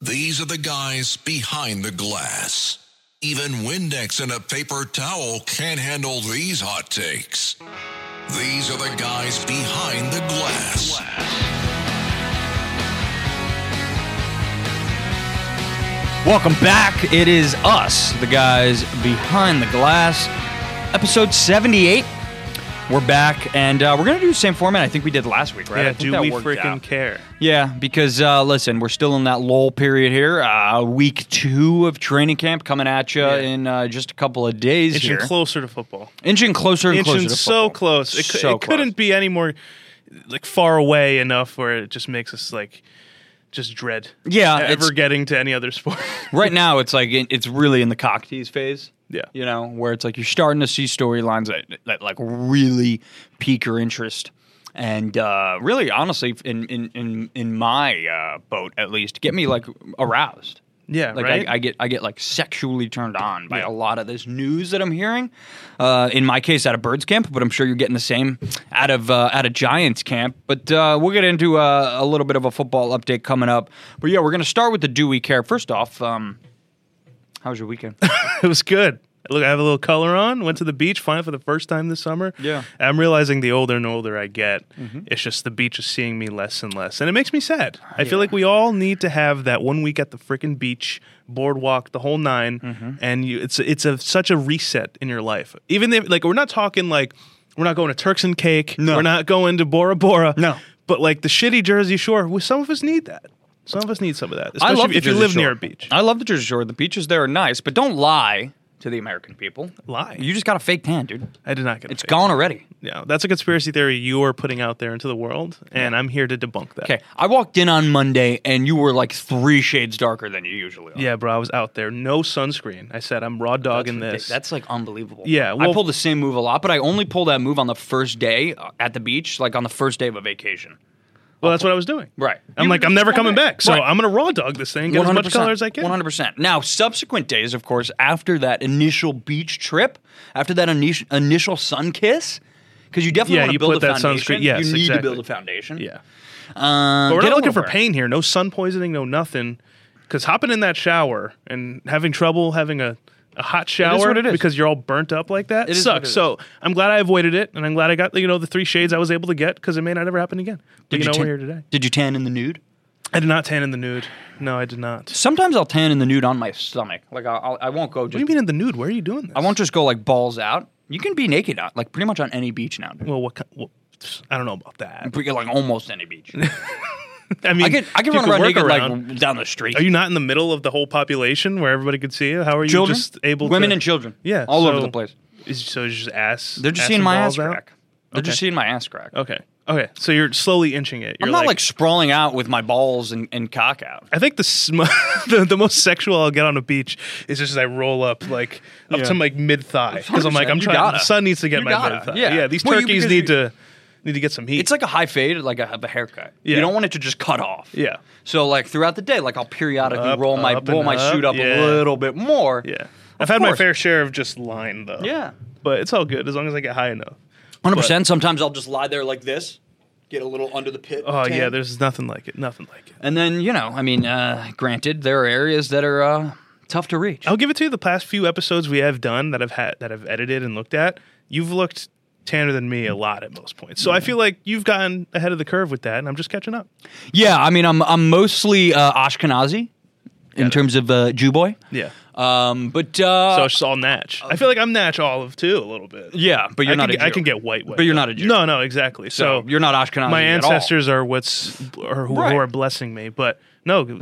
These are the guys behind the glass. Even Windex and a paper towel can't handle these hot takes. These are the guys behind the glass. Welcome back. It is us, the guys behind the glass, episode 78. We're back, and uh, we're going to do the same format I think we did last week, right? I Yeah, think do that we worked freaking out. care? Yeah, because uh, listen, we're still in that lull period here. Uh, week two of training camp coming at you in uh, just a couple of days Inching here. closer to football. Inching closer and closer. Inching to so football. close. It, cou- So it couldn't close. be any more like far away enough where it just makes us like just dread. e-, Yeah, it's- ever getting to any other sport. right now it's like it- it's really in the cock tease phase. Yeah. You know, where it's like you're starting to see storylines that, that like really pique your interest. And uh, really, honestly, in in in, in my uh, boat at least, get me like aroused. yeah, Like right. I, I get I get like sexually turned on by a lot of this news that I'm hearing. Uh, in my case, out of Birds Camp, but I'm sure you're getting the same out of uh, out of Giants Camp. But uh, we'll get into uh, a little bit of a football update coming up. But yeah, we're gonna start with the do we care. First off, um, how was your weekend? it was good. Look, I have a little color on. Went to the beach finally for the first time this summer. Yeah. Mm-hmm. I'm realizing the older and older I get, it's just the beach is seeing me less and less, and it makes me sad. I feel like we all need to have that one week at the freaking beach, boardwalk, the whole 9 Mm-hmm. and you, it's it's a such a reset in your life. Even if like we're not talking like we're not going to Turks and Cake. No. we're not going to Bora Bora. No. but like the shitty Jersey Shore, well, some of us need that. Some of us need some of that, especially the if you Jersey live Shore. near a beach. I love the Jersey Shore. The beaches there are nice, but don't lie to the American people. Lie. You just got a fake tan, dude. I did not get. a It's fake. gone already. Yeah, that's a conspiracy theory you are putting out there into the world, and I'm here to debunk that. Okay, I walked in on Monday and you were like three shades darker than you usually are. Yeah, bro, I was out there, no sunscreen. I said I'm raw dogging ridic- this. That's like unbelievable. Yeah, well- I pull the same move a lot, but I only pull that move on the first day uh, at the beach, like on the first day of a vacation. well, that's what I was doing. Right. I'm You like, were I'm just never coming coming back. back. So Right. I'm gonna raw dog this thing, get as much color as I can. 100%. Now, subsequent days, of course, after that initial beach trip, after that initial, initial sun kiss, because you definitely Yeah, want to you build put a that foundation. sunscreen- yes, you need to exactly. build a foundation. Yeah, Uh, but we're get not a looking for loafer. pain here. No sun poisoning, no nothing. Because hopping in that shower and having trouble having a a hot shower what it is. because you're all burnt up like that It is what it sucks. is. So I'm glad I avoided it, and I'm glad I got you know the three shades I was able to get because it may not ever happen again. But you know tan- we're here today. Did you tan in the nude? I did not tan in the nude. No, I did not. Sometimes I'll tan in the nude on my stomach. Like, I'll, I'll, I won't go just. What do you mean in the nude? Where are you doing this? I won't just go like balls out. You can be naked, on, like pretty much on any beach now. dude. Well, what? ki- what I don't know about that. Pretty- Like almost any beach. I mean, I can I can you run around work naked around. like down the street. Are you not in the middle of the whole population where everybody could see you? How are you children? just able? Women to, and children. Yeah, all over so- the place. Is, so it's just ass. They're just ass seeing and my ass balls out? crack. They're just Okay. seeing my ass crack. Okay. Okay. So you're slowly inching it. You're I'm not like, sprawling out with my balls and, and cock out. I think the, sm- the the most sexual I'll get on a beach is just as I roll up like up to like mid thigh because I'm like 100%. I'm You trying. gotta. The sun needs to get You my gotta. mid thigh. Yeah. These Well, you- turkeys because need you- to need to get some heat. It's like a high fade, like a, a haircut. You Yeah. don't want it to just cut off. Yeah. So like throughout the day, like I'll periodically Up, roll my up, roll and my up. suit up a Yeah. little bit more. yeah. Of I've had my course. fair share of just line though. Yeah. But it's all good as long as I get high enough. Hundred percent. Sometimes I'll just lie there like this, get a little under the pit. Oh yeah, tan. there's nothing like it. Nothing like it. And then you know, I mean, uh, granted, there are areas that are uh, tough to reach. I'll give it to you. The past few episodes we have done that I've had that I've edited and looked at, you've looked tanner than me a lot at most points. Mm-hmm. So I feel like you've gotten ahead of the curve with that, and I'm just catching up. Yeah, I mean, I'm I'm mostly uh, Ashkenazi in terms of uh, Jew boy. Yeah. Um, but uh, So it's just all natch. I feel like I'm natch olive too a little bit. yeah, but you're I not. Can, a get- Jew. I can get white, white. But you're though. not a Jew. No, no, exactly. So, so you're not Ashkenazi. My at all. ancestors are what's or who, Right. who are blessing me, but no,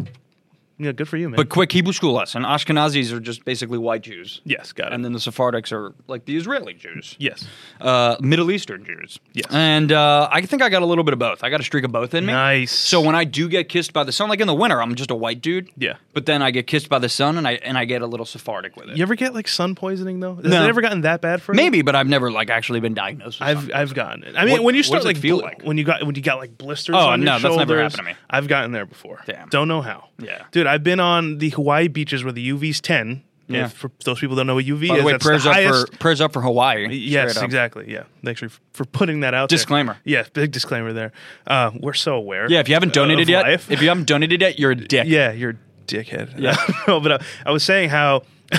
Yeah, good for you, man. But quick Hebrew school lesson. Ashkenazis are just basically white Jews. yes, got it. And then the Sephardics are like the Israeli Jews. yes, Uh, Middle Eastern Jews. Yes. And uh, I think I got a little bit of both. I got a streak of both in me. Nice. So when I do get kissed by the sun, like in the winter, I'm just a white dude. Yeah. But then I get kissed by the sun and I and I get a little Sephardic with it. you ever get like sun poisoning though? Has No. it ever gotten that bad for you? Maybe, but I've never like actually been diagnosed with I've sun. I've gotten it. I mean, What- when you what start does it like, feel bl- like? when you got when you got like blisters. Oh, on your no, that's never shoulders. happened to me. I've gotten there before. Damn. don't know how. Yeah. dude, I've been on the Hawaii beaches where the UV's ten. Yeah. If for those people who don't know what UV By is, the way, that's the prayers up for highest- prayers up for Hawaii. Yes, Straight up. exactly. Yeah, thanks for for putting that out. there. Disclaimer. Yeah, big disclaimer there. Uh, we're so aware. Yeah, if you haven't of donated yet, life. if you haven't donated yet, you're a dick. yeah, you're a dickhead. Yeah. no, but uh, I was saying how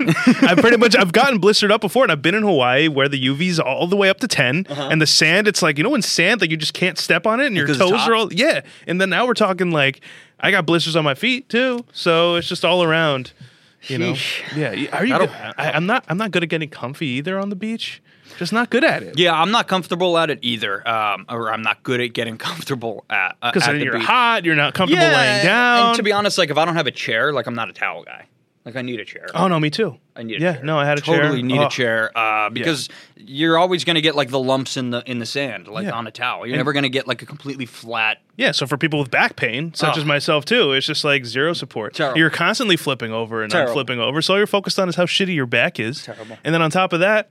I pretty much I've gotten blistered up before, and I've been in Hawaii where the UV's all the way up to 10 and the sand. It's like you know, in sand, like you just can't step on it, and your Uh-huh. Because it's toes hot? are all yeah. And then now we're talking like I got blisters on my feet too, so it's just all around. You know, yeah. y- Are you? That'll- Good? I, I'm not. I'm not good at getting comfy either on the beach. Just not good at it. Yeah, I'm not comfortable at it either, um, or I'm not good at getting comfortable at uh, because at then the you're beach. hot. You're not comfortable laying down. And to be honest, like if I don't have a chair, like I'm not a towel guy. Like I need a chair. oh no, me too. I need a yeah, chair. no, I had a totally chair. need Oh. a chair uh, because you're always going to get like the lumps in the in the sand, like Yeah. on a towel. You're never going to get like a completely flat. Yeah, so for people with back pain, such Oh. as myself too, it's just like zero support. Terrible. You're constantly flipping over and Terrible. unflipping over, so all you're focused on is how shitty your back is. Terrible. And then on top of that,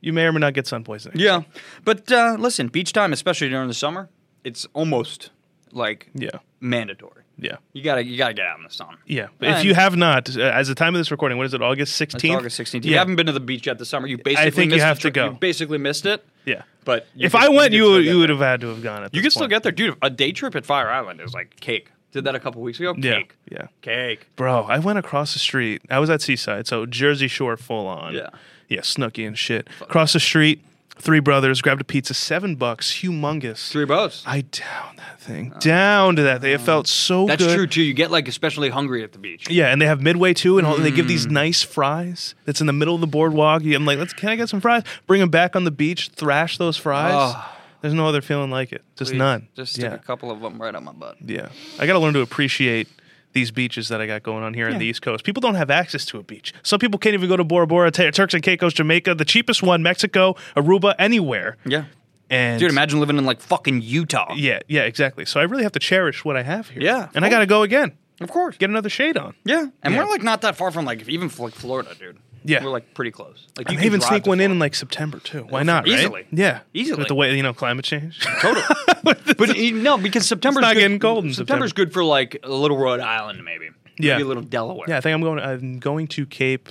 you may or may not get sun poisoning. Yeah, but uh, listen, beach time, especially during the summer, it's almost like Yeah. mandatory. Yeah. You gotta you gotta get out in the sun. Yeah. But And- if you have not, uh, as the time of this recording, what is it, August 16th? It's August 16th. You yeah. haven't been to the beach yet this summer. You basically think you missed the have to tri- go. You basically missed it. Yeah. But you if could- I went, could you still would- get you would there. have had to have gone. At You this could still point. get there, dude. A day trip at Fire Island is like cake. Did that a couple weeks ago. Yeah, Cake. yeah. Cake. Bro, I went across the street. I was at Seaside, so Jersey Shore full on. Yeah. Yeah, Snooky and shit. Across the street, three brothers, grabbed a pizza, seven bucks, humongous. Three boats. I downed that thing. downed that thing. It felt so That's good. true too. You get like especially hungry at the beach. Yeah, and they have Midway too, and all, they give Mm. these nice fries. That's in the middle of the boardwalk. I'm like, let's can I get some fries? Bring them back on the beach, thrash those fries. Oh. There's no other feeling like it. Just Please, none. Just stick yeah, a couple of them right on my butt. yeah. I got to learn to appreciate these beaches that I got going on here in the East Coast. People don't have access to a beach. Some people can't even go to Bora Bora, Tur- Turks and Caicos, Jamaica, the cheapest one, Mexico, Aruba, anywhere. Yeah. And Dude, imagine living in like fucking Utah. Yeah, yeah, exactly. So I really have to cherish what I have here. Yeah, of and I got to go again. Of course. Get another shade on. yeah. And Yeah. we're like not that far from like even like Florida, dude. Yeah. We're like pretty close. Like You you can can even drive sneak to one in Florida. in like September too. Why not? right? Easily. Yeah. Easily. With the way you know climate change. Totally. but e- no, because September's not good. getting cold in September's good for like a little Rhode Island, maybe. Yeah. Maybe a little Delaware. yeah, I think I'm going. I'm going to Cape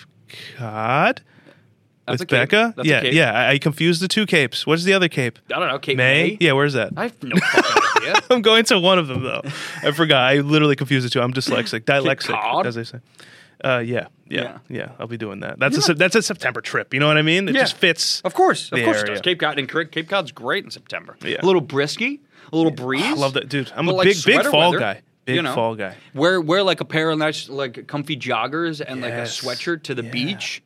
Cod That's a Cape. with Becca. That's a yeah, Cape. yeah. I, I confused the two capes. What's the other cape? I don't know. Cape May. May. Yeah, where's that? I have no fucking idea. I'm going to one of them though. I forgot. I literally confused the two. I'm dyslexic, dyslexic, Cod? as they say. Uh, yeah, yeah, yeah, Yeah. I'll be doing that. That's a Sep- that's a September trip. You know what I mean? It Yeah. just fits. Of course, of The course it area. does. Cape Cod and Cor- Cape Cod's great in September. Yeah. A little brisky, a little breeze. I love that, dude. I'm But, a like, big, big sweater fall weather, guy. Big you know? fall guy. Wear wear like a pair of nice like comfy joggers and like a Yes. sweatshirt to the beach.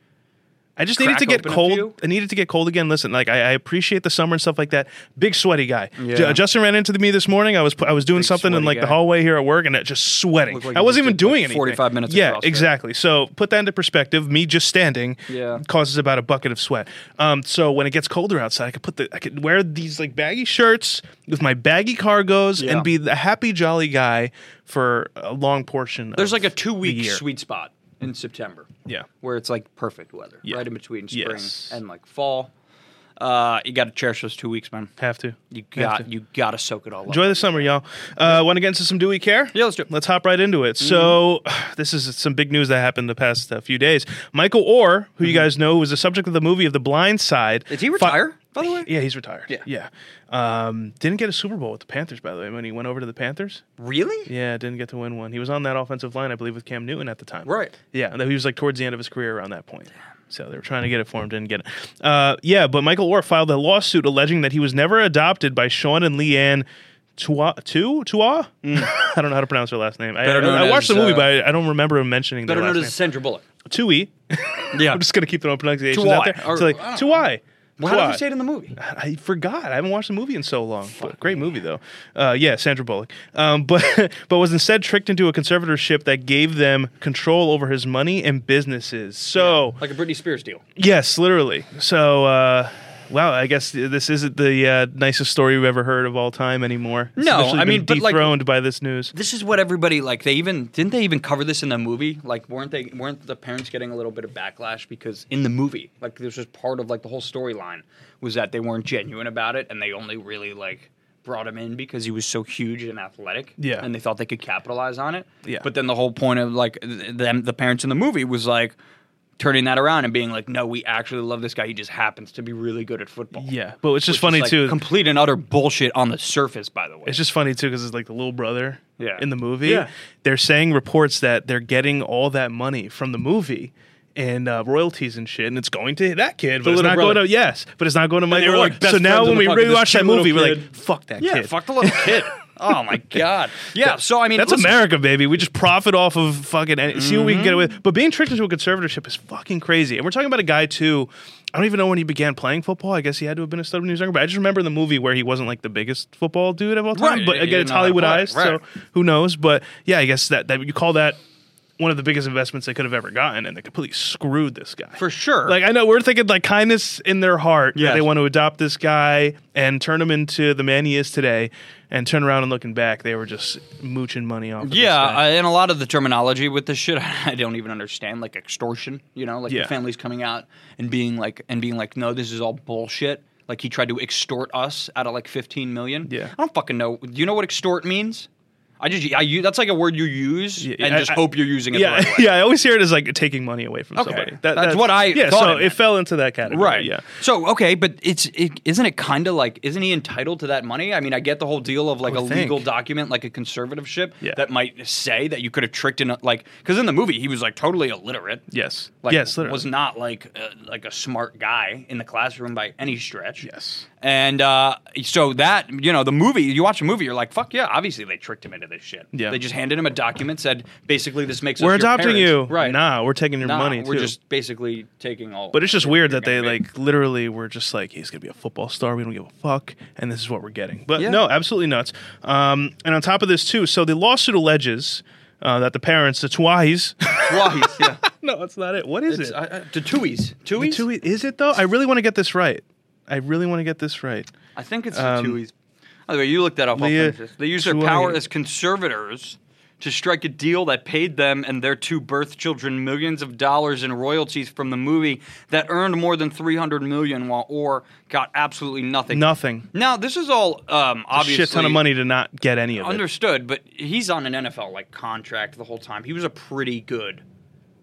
I just needed to crack open get a cold. few. I needed to get cold again. Listen, like I, I appreciate the summer and stuff like that. Big sweaty guy. J- Yeah. Justin ran into me this morning. I was pu- I was doing something in sweaty like the guy. hallway here at work, and it just sweating. Looked like I you wasn't just even did, like, doing anything. 45 minutes of Yeah, CrossFit. exactly. So put that into perspective. Me just standing Yeah. causes about a bucket of sweat. Um, so when it gets colder outside, I could put the I could wear these like baggy shirts with my baggy cargos Yeah. and be the happy jolly guy for a long portion. There's of like a two week year. sweet spot in September. Yeah. Where it's like perfect weather, Yeah. right in between spring Yes. and like fall. Uh, you got to cherish those two weeks, man. have to You Have to. got you got to soak it all up. Enjoy the summer, y'all. Uh, Want to get into some Do We Care? Yeah, let's do it. Mm-hmm. Let's hop right into it. So, this is some big news that happened the past uh, few days. Michael Orr, who you guys know was the subject of the movie of The Blind Side. Did Mm-hmm. he fi- retire? by the way, yeah, he's retired. Yeah. Yeah. Um, didn't get a Super Bowl with the Panthers, by the way, when he went over to the Panthers. really? Yeah, didn't get to win one. He was on that offensive line, I believe, with Cam Newton at the time. Right. Yeah, and he was like towards the end of his career around that point. So they were trying to get it for him, didn't get it. Uh, yeah, but Michael Orr filed a lawsuit alleging that he was never adopted by Sean and Leanne Tua Tu Tua. I don't know how to pronounce her last name. I, Mm. Better known I, I watched as, the movie, uh, but I, I don't remember him mentioning their Better last known name. as Sandra Bullock. Tui. Yeah. I'm just gonna keep throwing pronunciations Tuai, out there. or- It's like I don't Tuai. Well, how did we Quad. say it in the movie? I forgot. I haven't watched the movie in so long. But great movie though. Uh, yeah, Sandra Bullock. Um, but but was instead tricked into a conservatorship that gave them control over his money and businesses. So Like a Britney Spears deal. yes, literally. So uh, wow, I guess this isn't the uh, nicest story we've ever heard of all time anymore. It's No, literally I mean, been but, like- dethroned by this news. This is what everybody like. They even didn't they even cover this in the movie? Like, weren't they weren't the parents getting a little bit of backlash because in the movie, like, this was part of like the whole storyline was that they weren't genuine about it and they only really like brought him in because he was so huge and athletic. Yeah. and they thought they could capitalize on it. Yeah. but then the whole point of like th- them the parents in the movie was like turning that around and being like, no, we actually love this guy. He just happens to be really good at football. Yeah, but it's just Which is, funny like, too. Complete and utter bullshit on the surface, by the way. It's just funny too because it's like the little brother Yeah. in the movie. Yeah. They're saying reports that they're getting all that money from the movie and uh, royalties and shit, and it's going to that kid, but it's little not brother. going to yes, but it's not going to they Michael. were, Orr. like, best so now friends in when we the fucking- this rewatch that cute little movie, we're kid. like, fuck that Yeah, kid. fuck the little kid. Oh my god. Yeah. So I mean, That's listen, America, baby. We just profit off of fucking any, see what we can get Mm-hmm. away. with. But being tricked into a conservatorship is fucking crazy. And we're talking about a guy too. I don't even know when he began playing football. I guess he had to have been a stud when he was younger. But I just remember in the movie where he wasn't like the biggest football dude of all time. Right, But he again, didn't it's know how to Hollywood play, eyes, right. so who knows? But yeah, I guess that that you call that one of the biggest investments they could have ever gotten, and they completely screwed this guy For sure. Like I know we're thinking like kindness in their heart. Yeah, Yes. they want to adopt this guy and turn him into the man he is today. And turn around and looking back, they were just mooching money off. Of Yeah, this guy. I, and a lot of the terminology with this shit, I don't even understand. Like extortion, you know, like Yeah. the family's coming out and being like, and being like, no, this is all bullshit. Like he tried to extort us out of like fifteen million. Yeah. I don't fucking know. Do you know what extort means? I just, I u- that's like a word you use Yeah, and I- just I- hope you're using it yeah, the right way. yeah. I always hear it as like taking money away from Okay, somebody. That- that's what I Yeah, thought it so it, meant. fell into that category. Right. Yeah. So okay, but it's it, isn't it kind of like isn't he entitled to that money? I mean, I get the whole deal of like I a would legal think. document, like a conservative ship Yeah. that might say that you could have tricked in a, like because in the movie he was like totally illiterate. Yes. Like, yes. Literally. was not like uh, like a smart guy in the classroom by any stretch. Yes. and uh, so that you know the movie you watch a movie you're like fuck yeah obviously they tricked him into this shit. Yeah. they just handed him a document said basically this makes us we're your adopting you. parents. right Nah, we're taking your Nah, money we're too. just basically taking all. but it's just weird that you're they gonna be. like literally were just like he's gonna be a football star. We don't give a fuck, and this is what we're getting. But Yeah. no, absolutely nuts. Um, and on top of this too, so the lawsuit alleges uh, that the parents, the Twahis. Twice, yeah. no, that's not it. What is It's, it? I, I, the Tuies. The Tuies? Tui- is it though? I really want to get this right. I really want to get this right. I think it's the Tuies. By the way, you looked that up. I'll Um, Leah finish this. They used their power Tui. as conservators to strike a deal that paid them and their two birth children millions of dollars in royalties from the movie that earned more than 300 million while Orr got absolutely nothing. Nothing. Now, this is all um, obviously Shit ton of money to not get any of it. Understood, but he's on an NFL like contract the whole time. He was a pretty good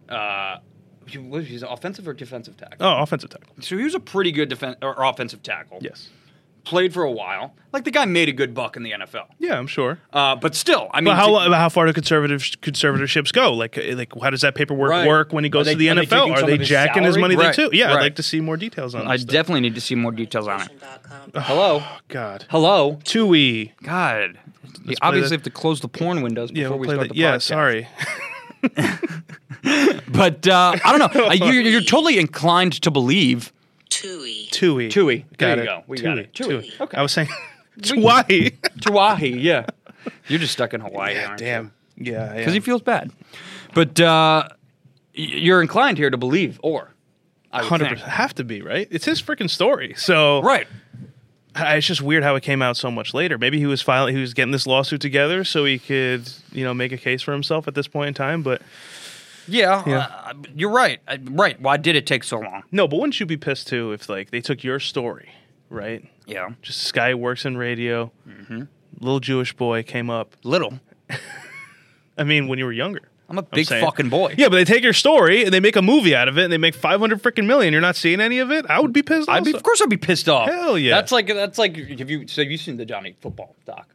uh he was he's an offensive or defensive tackle? Oh, offensive tackle. So he was a pretty good defense or offensive tackle. Yes. Played for a while. Like the guy made a good buck in the NFL. Yeah, I'm sure. Uh, but still, I mean, but how to- lo- how far do conservative conservatorships go? Like uh, like how does that paperwork Right. work when he goes Are to they- the are they NFL? taking Are some they of his jacking his salary? money Right, there too? Yeah, I'd right. like to see more details on I this. stuff. definitely need to see more details on it. Nation.com. Hello, God. hello, Tui. God. You play obviously that- have to close the porn windows before Yeah, we'll we play start that. the podcast. Yeah, sorry. But uh, I don't know. I, you, you're totally inclined to believe Tui. Tui. Tui. Got there you it. go. We Tui. got it. Tui. Tui. Okay. I was saying Tui. Tuahi. Yeah. You're just stuck in Hawaii. aren't you? Damn. Yeah, yeah. because he feels bad. But uh, y- you're inclined here to believe, or I would hundred think. percent have to be right. It's his freaking story. So right? I- it's just weird how it came out so much later. Maybe he was filing, he was getting this lawsuit together so he could, you know, make a case for himself at this point in time. But Yeah, Yeah. Uh, you're right. Uh, right. Why did it take so long? no, but wouldn't you be pissed too if like they took your story, right? Yeah, Just this guy works in radio, Mm-hmm. little Jewish boy came up. little. I mean, when you were younger. I'm a big saying. fucking boy. Yeah, but they take your story and they make a movie out of it and they make 500 freaking million. You're not seeing any of it. I would be pissed. I'd be, also. of course I'd be pissed off. Hell yeah. That's like that's like have you so you seen the Johnny Football doc?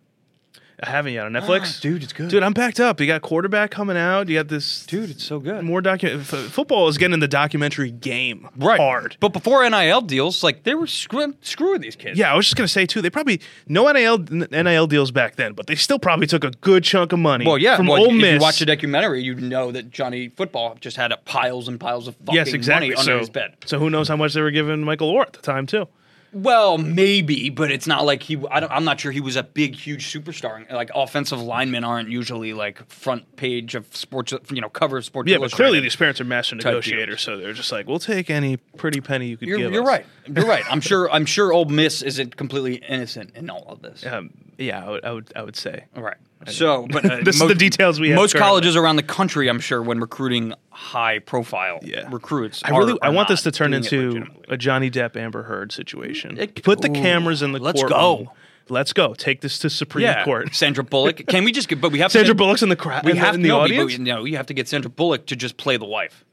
I haven't yet on Netflix. Ah, dude, it's good. Dude, I'm packed up. You got quarterback coming out. You got this. Dude, it's so good. More document. F- football is getting the documentary game right. hard. But before NIL deals, like they were screw- screwing these kids. Yeah, I was just gonna say too. They probably no nil n- nil deals back then, but they still probably took a good chunk of money. Well, yeah. from well, Ole if Miss. you watch uh, the documentary, you know that Johnny Football just had piles and piles of fucking yes, exactly. money under so, his bed. so who knows how much they were giving Michael Orr at the time too? Well, maybe, but it's not like he. I don't, I'm not sure he was a big, huge superstar. Like offensive linemen aren't usually like front page of sports, you know, cover of sports. Yeah, but clearly Illustrated. these parents are master Type negotiators, deals. so they're just like, we'll take any pretty penny you could You're, give. you're us." right. You're right. I'm sure. I'm sure. Old Miss isn't completely innocent in all of this. Um, yeah, I would, I would, I would say. All right. So, but uh, This is most- the details we have Most currently. colleges around the country, I'm sure, when recruiting high profile Yeah. recruits, I really, are- I are want not this to turn doing it into legitimately. a Johnny Depp Amber Heard situation. It- Put the Ooh, cameras in the let's courtroom. go. Let's go. Take this to Supreme Court. Sandra Bullock. Can we just get? But we have to Sandra get- Bullock's in the crowd. We in the- have in to the no, but- audience. But, no, you have to get Sandra Bullock to just play the wife.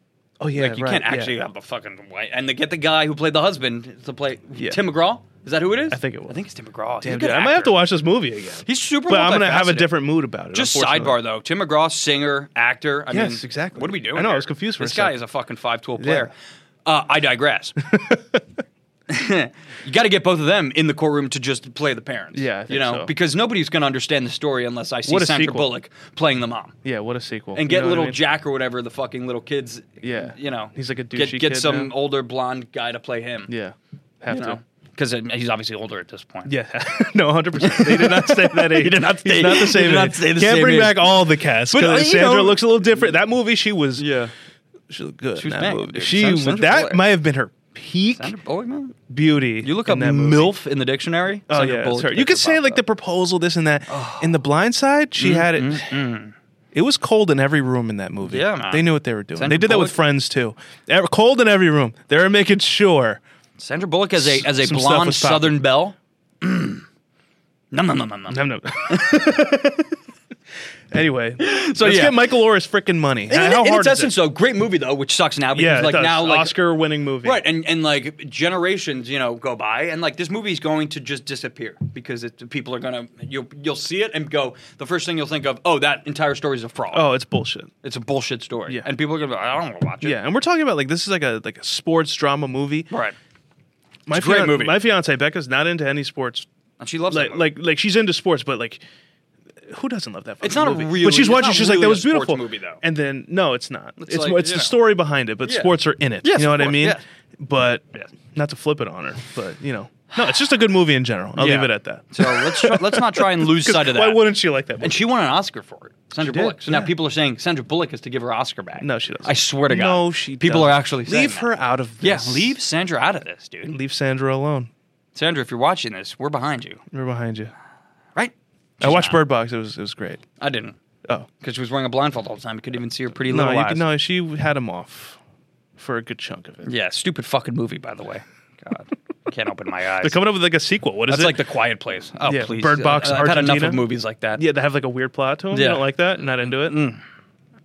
oh yeah, Like you right, can't actually yeah. have the fucking wife, and they get the guy who played the husband to play Yeah. Tim McGraw. Is that who it is? I think it was. I think it's Tim McGraw. He's a Damn, good dude, I might have actor. to watch this movie again. He's super. but I'm gonna have a multifaceted. different mood about it. Just unfortunately. sidebar though, Tim McGraw, singer, actor. I Yes, mean, exactly. What are we doing? I know, I here? was confused for a This guy second. is a fucking five-tool player. Uh, I digress. you got to get both of them in the courtroom to just play the parents. Yeah, I think you know, so. because nobody's going to understand the story unless I see What a Sandra sequel. Bullock playing the mom. Yeah, what a sequel. And You get know what I little mean? Jack or whatever the fucking little kids. Yeah. you know, He's like a get douchey get kid some now. older blonde guy to play him. Yeah, have you to. know, because he's obviously older at this point. Yeah, no, hundred percent. They did not stay that age. did not stay- He's not they the same did not age. stay the Can't same bring age. back all the cast. But, uh, you But Sandra know- looks a little different. That movie, she was. Yeah. she looked good. She was in that banging, movie. dude. She Sandra- was- Sandra that Bullock. might have been her peak Sandra Bullock, man. beauty. You look in up that movie. MILF in the dictionary. Oh Sandra yeah, Bullock it's her. is You could the say pop like up. Oh. Mm, the proposal, this and that. In the Blind Side, she had it. It was cold in every room in that movie. Yeah, man. they knew what they were doing. Sandra they did that with Bullock- Friends too. Ev- Cold in every room. They were making sure. Sandra Bullock as a as a Some stuff blonde was popping. Southern belle. Nom, nom, nom, nom, nom. I'm not. anyway, so let's yeah. get Michael Orr's freaking money. In, How in its hard is it? essence, though, great movie though, which sucks now because Yeah, it like does. now like Oscar-winning movie. right and and like generations you know go by and like this movie's going to just disappear because it, people are gonna you'll you'll see it and go the first thing you'll think of oh that entire story is a fraud Oh, it's bullshit. it's a bullshit story Yeah. and people are gonna be like, I don't want to watch it Yeah, and we're talking about like this is like a like a sports drama movie. right My It's a great fian- movie. My fiance Becca's not into any sports. and she loves Like it like like she's into sports, but like who doesn't love that? fucking It's not a movie? really- But she's it's watching. not She's like, really that a was sports beautiful movie, though. And then no, it's not. It's It's it's, like, more- it's you the know. story behind it, but Yeah. sports are in it. Yes, you know of what I course, mean? yes. But not to flip it on her, but you know, no, it's just a good movie in general. I'll Yeah. leave it at that. so let's try, let's not try and lose 'Cause sight of that Why wouldn't she like that? Movie? And she won an Oscar for it, Sandra did, Bullock. So now yeah. people are saying Sandra Bullock has to give her Oscar back. no, she doesn't. I swear to God. no, she. People doesn't. are actually saying leave that. her out of Yeah, this. leave Sandra out of this, dude. leave Sandra alone. Sandra, if you're watching this, we're behind you, We're behind you. right? I watched Bird Box. It was it was great. I didn't, Oh because she was wearing a blindfold all the time. You couldn't even see her pretty no, little you eyes. can, no, she had him off for a good chunk of it. Yeah, stupid fucking movie, by the way. God, I can't open my eyes. They're coming up with like a sequel. What is That's it? like the Quiet Place. Oh, Yeah, please, Bird Box, I, have had enough Argentina. of movies like that. yeah, they have like a weird plot to them. You Yeah. Mm. don't like that? Not into it.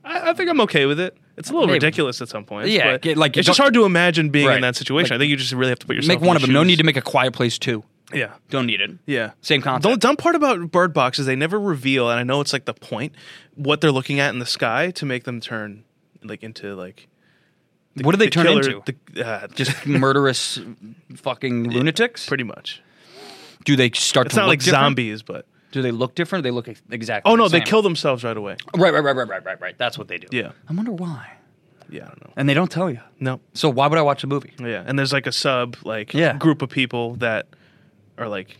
I, I think I'm okay with it. It's a little Maybe. ridiculous at some point. Yeah, but get- like, you it's just don't- hard to imagine being Right. in that situation. Like, I think you just really have to put yourself. Make in one the of them. No shoes. need to make a Quiet Place two. Yeah. Don't need it. Yeah. Same concept. The dumb part about Bird Box is they never reveal, and I know it's like the point, what they're looking at in the sky to make them turn like into like what do they the turn killer- into? The, uh, just Just murderous, fucking lunatics. pretty much. Do they start It's to not look like different? zombies, but Do they look different? They look ex- exactly. oh the no, they same. kill themselves right away. Right, right, right, right, right, right, right. That's what they do. Yeah. I wonder why. Yeah, I don't know. And they don't tell you. No. So why would I watch the movie? Yeah, and there's like a sub like Yeah. group of people that are like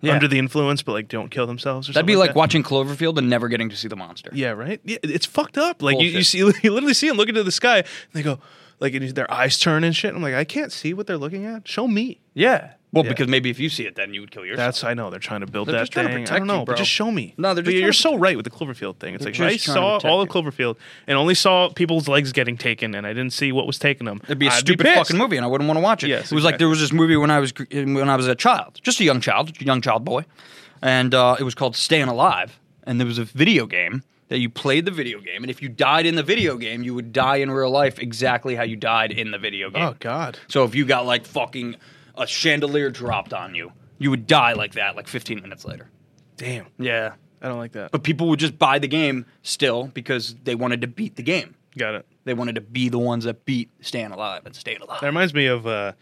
Yeah. under the influence, but like don't kill themselves. Or That'd be something like that. watching Cloverfield and never getting to see the monster. Yeah, right. Yeah, it's fucked up. Like you, you Bullshit. see, you literally see them looking to the sky, and they go like and their eyes turn and shit. I'm like, I can't see what they're looking at. Show me. Yeah. Well, Yeah. because maybe if you see it, then you would kill yourself. That's I know they're trying to build They're that just thing. trying to I protect don't you, know, bro. but just show me. No, they're just But trying you're to so right with the Cloverfield thing. It's They're like I just trying to saw protect all of you. Cloverfield and only saw people's legs getting taken, and I didn't see what was taking them. It'd be a I'd stupid pissed. fucking movie, and I wouldn't want to watch it. Yes, it was like exactly. there was this movie when I was gr- when I was a child, just a young child, a young child boy, and uh, it was called Staying Alive. And there was a video game that you played the video game, and if you died in the video game, you would die in real life exactly how you died in the video game. Oh God. So if you got like fucking a chandelier dropped on you, you would die like that, like 15 minutes later. Damn. Yeah. I don't like that. But people would just buy the game still because they wanted to beat the game. Got it. They wanted to be the ones that beat Staying Alive and Staying Alive. That reminds me of uh,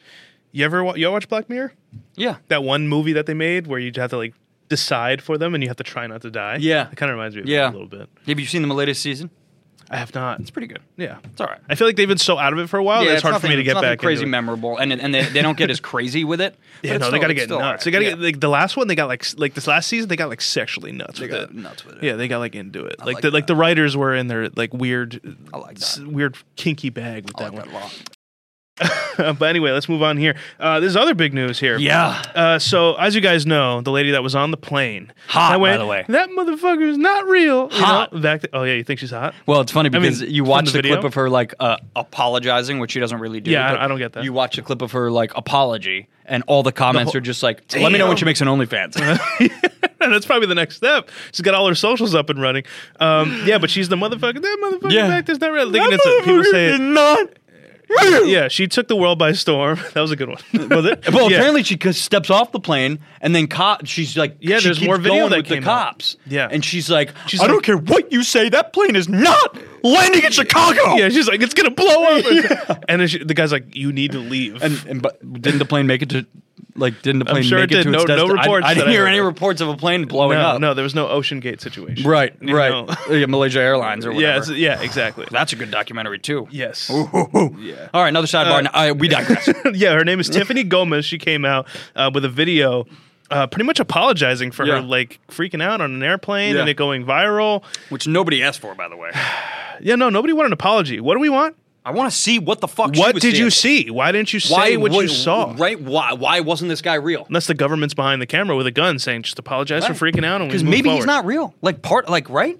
you ever wa- you ever watch Black Mirror? yeah. That one movie that they made where you have to like decide for them and you have to try not to die. Yeah. it kind of reminds me of Yeah. that a little bit. Have you seen the latest season? I have not. It's pretty good. Yeah, It's all right. I feel like they've been so out of it for a while. that Oh, it's, hard for me to get back. Crazy into it. memorable, and and they, they don't get as crazy with it. but Yeah, it's no, still- they got to it's get still all nuts. right. They got to Yeah. get like the last one. They got like s- like this last season. They got like sexually nuts. They with got it. nuts with it. Yeah, they got like into it. like like the like that. the writers were in their like weird, I like s- that. weird kinky bag with Oh, I like that that a lot. one. but anyway, let's move on here. Uh, there's other big news here. Yeah. Uh, so as you guys know, the lady that was on the plane, Hot, I by went, the way. That motherfucker is not real. you know? Hot. back. th- oh yeah, you think she's hot? Well, it's funny I mean, because you from watch the the, clip video? of her like uh, apologizing, which she doesn't really do. Yeah, I- but I don't get that. You watch the clip of her like apology, and all the comments whole- are just like, "Let me know when she makes an OnlyFans." That's probably the next step. She's got all her socials up and running. Um, yeah, but she's the motherfucker. That motherfucker Yeah. back there's not real. Thinking it's a, people say it. not. Yeah, she took the world by storm. That was a good one. was it? Well, yeah. apparently she c- steps off the plane, and then cop. She's like, Yeah, she there's keeps more video going that with the came out. cops. Yeah. and she's like, She's I don't like- care what you say. That plane is not landing in Chicago. Yeah, she's like, it's gonna blow up. And then she, the guy's like, you need to leave. And, and but didn't the plane make it to? Like, didn't the plane sure make it it, did. to No- its no desti- I- reports I, that didn't I hear heard any of. reports of a plane blowing no, up. no, there was no Ocean Gate situation. Right, You right. know? yeah, Malaysia Airlines or whatever. yeah, it's- yeah, exactly. That's a good documentary too. Yes. Yeah. All right, another Uh, sidebar. Now- I- we digress. yeah, her name is Tiffany Gomez. She came out uh, with a video. Uh, pretty much apologizing for Yeah. her like freaking out on an airplane and Yeah. it going viral. Which nobody asked for, by the way. Yeah, no, nobody wanted an apology. What do we want? I want to see what the fuck. she what was did you seeing. see? Why didn't you say what you would- saw? Right? Why? Why wasn't this guy real? Unless the government's behind the camera with a gun saying just apologize for freaking out and we Because move maybe he's forward." not real. Like part. Like right?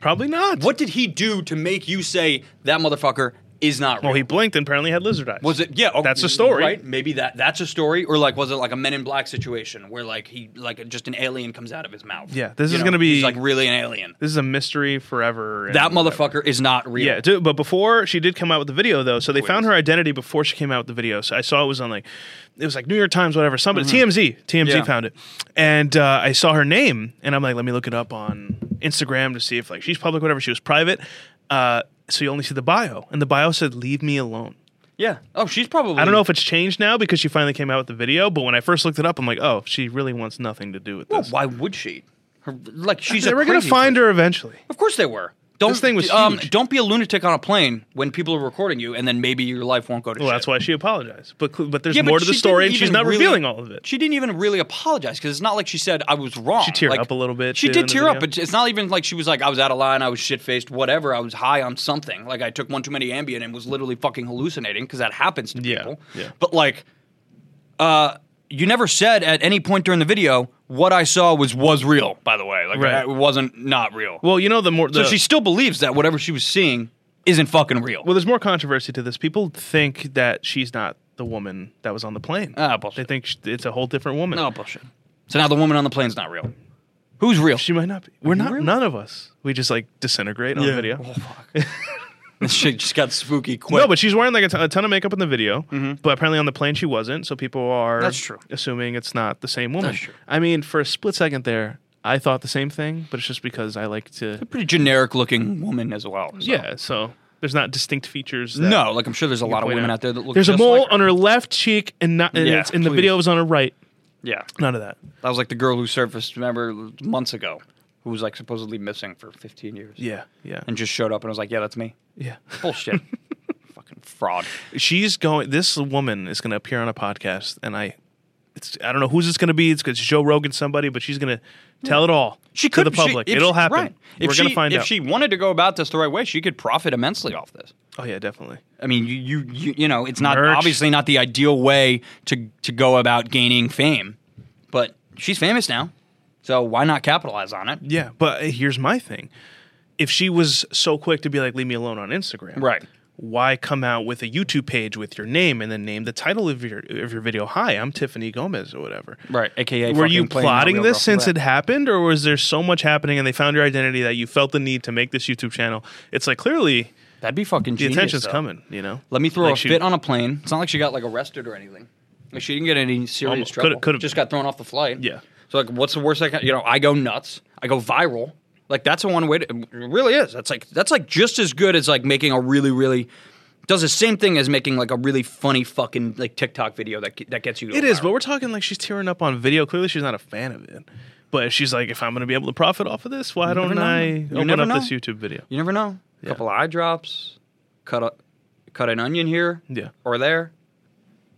Probably not. What did he do to make you say that motherfucker is not real? Well, he blinked and apparently had lizard eyes. was it? Yeah, oh, That's a story. right? Maybe that that's a story, or like was it like a Men in Black situation where like he like just an alien comes out of his mouth? Yeah, this You is know? gonna be- he's like really an alien. This is a mystery forever. and uh, That whatever. motherfucker is not real. Yeah, dude, but before she did come out with the video though, so they found her identity before she came out with the video. So I saw it was on like it was like New York Times, whatever. Somebody TMZ, Mm-hmm. TMZ Yeah. found it, and uh, I saw her name, and I'm like, let me look it up on Instagram to see if like she's public, whatever. She was private, uh, so you only see the bio, and the bio said, "Leave me alone." yeah. Oh, she's probably. I don't know if it's changed now because she finally came out with the video, but when I first looked it up, I'm like, oh, she really wants nothing to do with Well, this. oh, why would she? Her, like she's they a were going to crazy find person. her eventually. Of course they were. Don't, This thing was um, huge. Don't be a lunatic on a plane when people are recording you, and then maybe your life won't go to. Well, shit. that's why she apologized. But cl- but there's Yeah, but more to the she story, didn't and she's even not really- revealing all of it. She didn't even really apologize because it's not like she said I was wrong. She teared Like, up a little bit, She too, in did the tear up, video. but it's not even like she was like I was out of line, I was shit faced, whatever. I was high on something. Like I took one too many Ambien and was literally fucking hallucinating because that happens to Yeah, people. yeah. But like, uh, you never said at any point during the video what I saw was was real. By the way, like Right. it wasn't not real. Well, you know the more the, so she still believes that whatever she was seeing isn't fucking real. Well, there's more controversy to this. People think that she's not the woman that was on the plane. Ah, bullshit. They think sh it's a whole different woman. no bullshit. So now the woman on the plane's not real. Who's real? She might not be. We're not. real? None of us. We just like disintegrate on video. Oh, she just got spooky quick. No, but she's wearing like a ton, a ton of makeup in the video. But apparently on the plane she wasn't, so people are Mm-hmm. That's true. assuming it's not the same woman. That's true. I mean, for a split second there, I thought the same thing, but it's just because I like to. pretty generic looking woman as well. so. Yeah, so there's not distinct features. That No, like I'm sure there's a lot of point women out there that look. There's a just mole like her. on her left cheek, and not. And Yeah, it's, and the please. video was on her right. Yeah, None of that. that was like the girl who surfaced remember months ago, who was like supposedly missing for 15 years. Yeah, yeah, and just showed up and was like, "Yeah, that's me." yeah. Bullshit, fucking fraud. She's going. This woman is going to appear on a podcast, and I, it's I don't know who's it's going to be. It's 'cause it's Joe Rogan, somebody, but she's going to tell it all she- to the public. if It'll she- happen. right. If We're she- going to find if out. she wanted to go about this the right way, she could profit immensely off this. oh yeah, definitely. I mean, you you you, you know, it's not Merch. obviously not the ideal way to to go about gaining fame, but she's famous now, so why not capitalize on it? Yeah, but uh, here's my thing: if she was so quick to be like, "Leave me alone" on Instagram, Right. Why come out with a YouTube page with your name and then name the title of your of your video? Hi, I'm Tiffany Gomez or whatever. Right, aka Were fucking you playing the plotting real this girl since threat. it happened, or was there so much happening and they found your identity that you felt the need to make this YouTube channel? It's like clearly That'd be fucking the genius. attention's though. coming. You know, Let me throw Like a she- fit on a plane. It's not like she got like arrested or anything. Like she didn't get any serious Almost. Coulda- trouble. coulda- Just got thrown off the flight. Yeah. So like, what's the worst? I can, you know, I go nuts. I go viral. Like that's the one way. To, it really is. That's like that's like just as good as like making a really really does the same thing as making like a really funny fucking like TikTok video that that gets you. To It go is, viral. but we're talking like she's tearing up on video. Clearly, she's not a fan of it. But she's like, if I'm going to be able to profit off of this, why don't know. I You open never up know. this YouTube video? You never know. A couple of eye drops, cut a, cut an onion here Yeah. or there,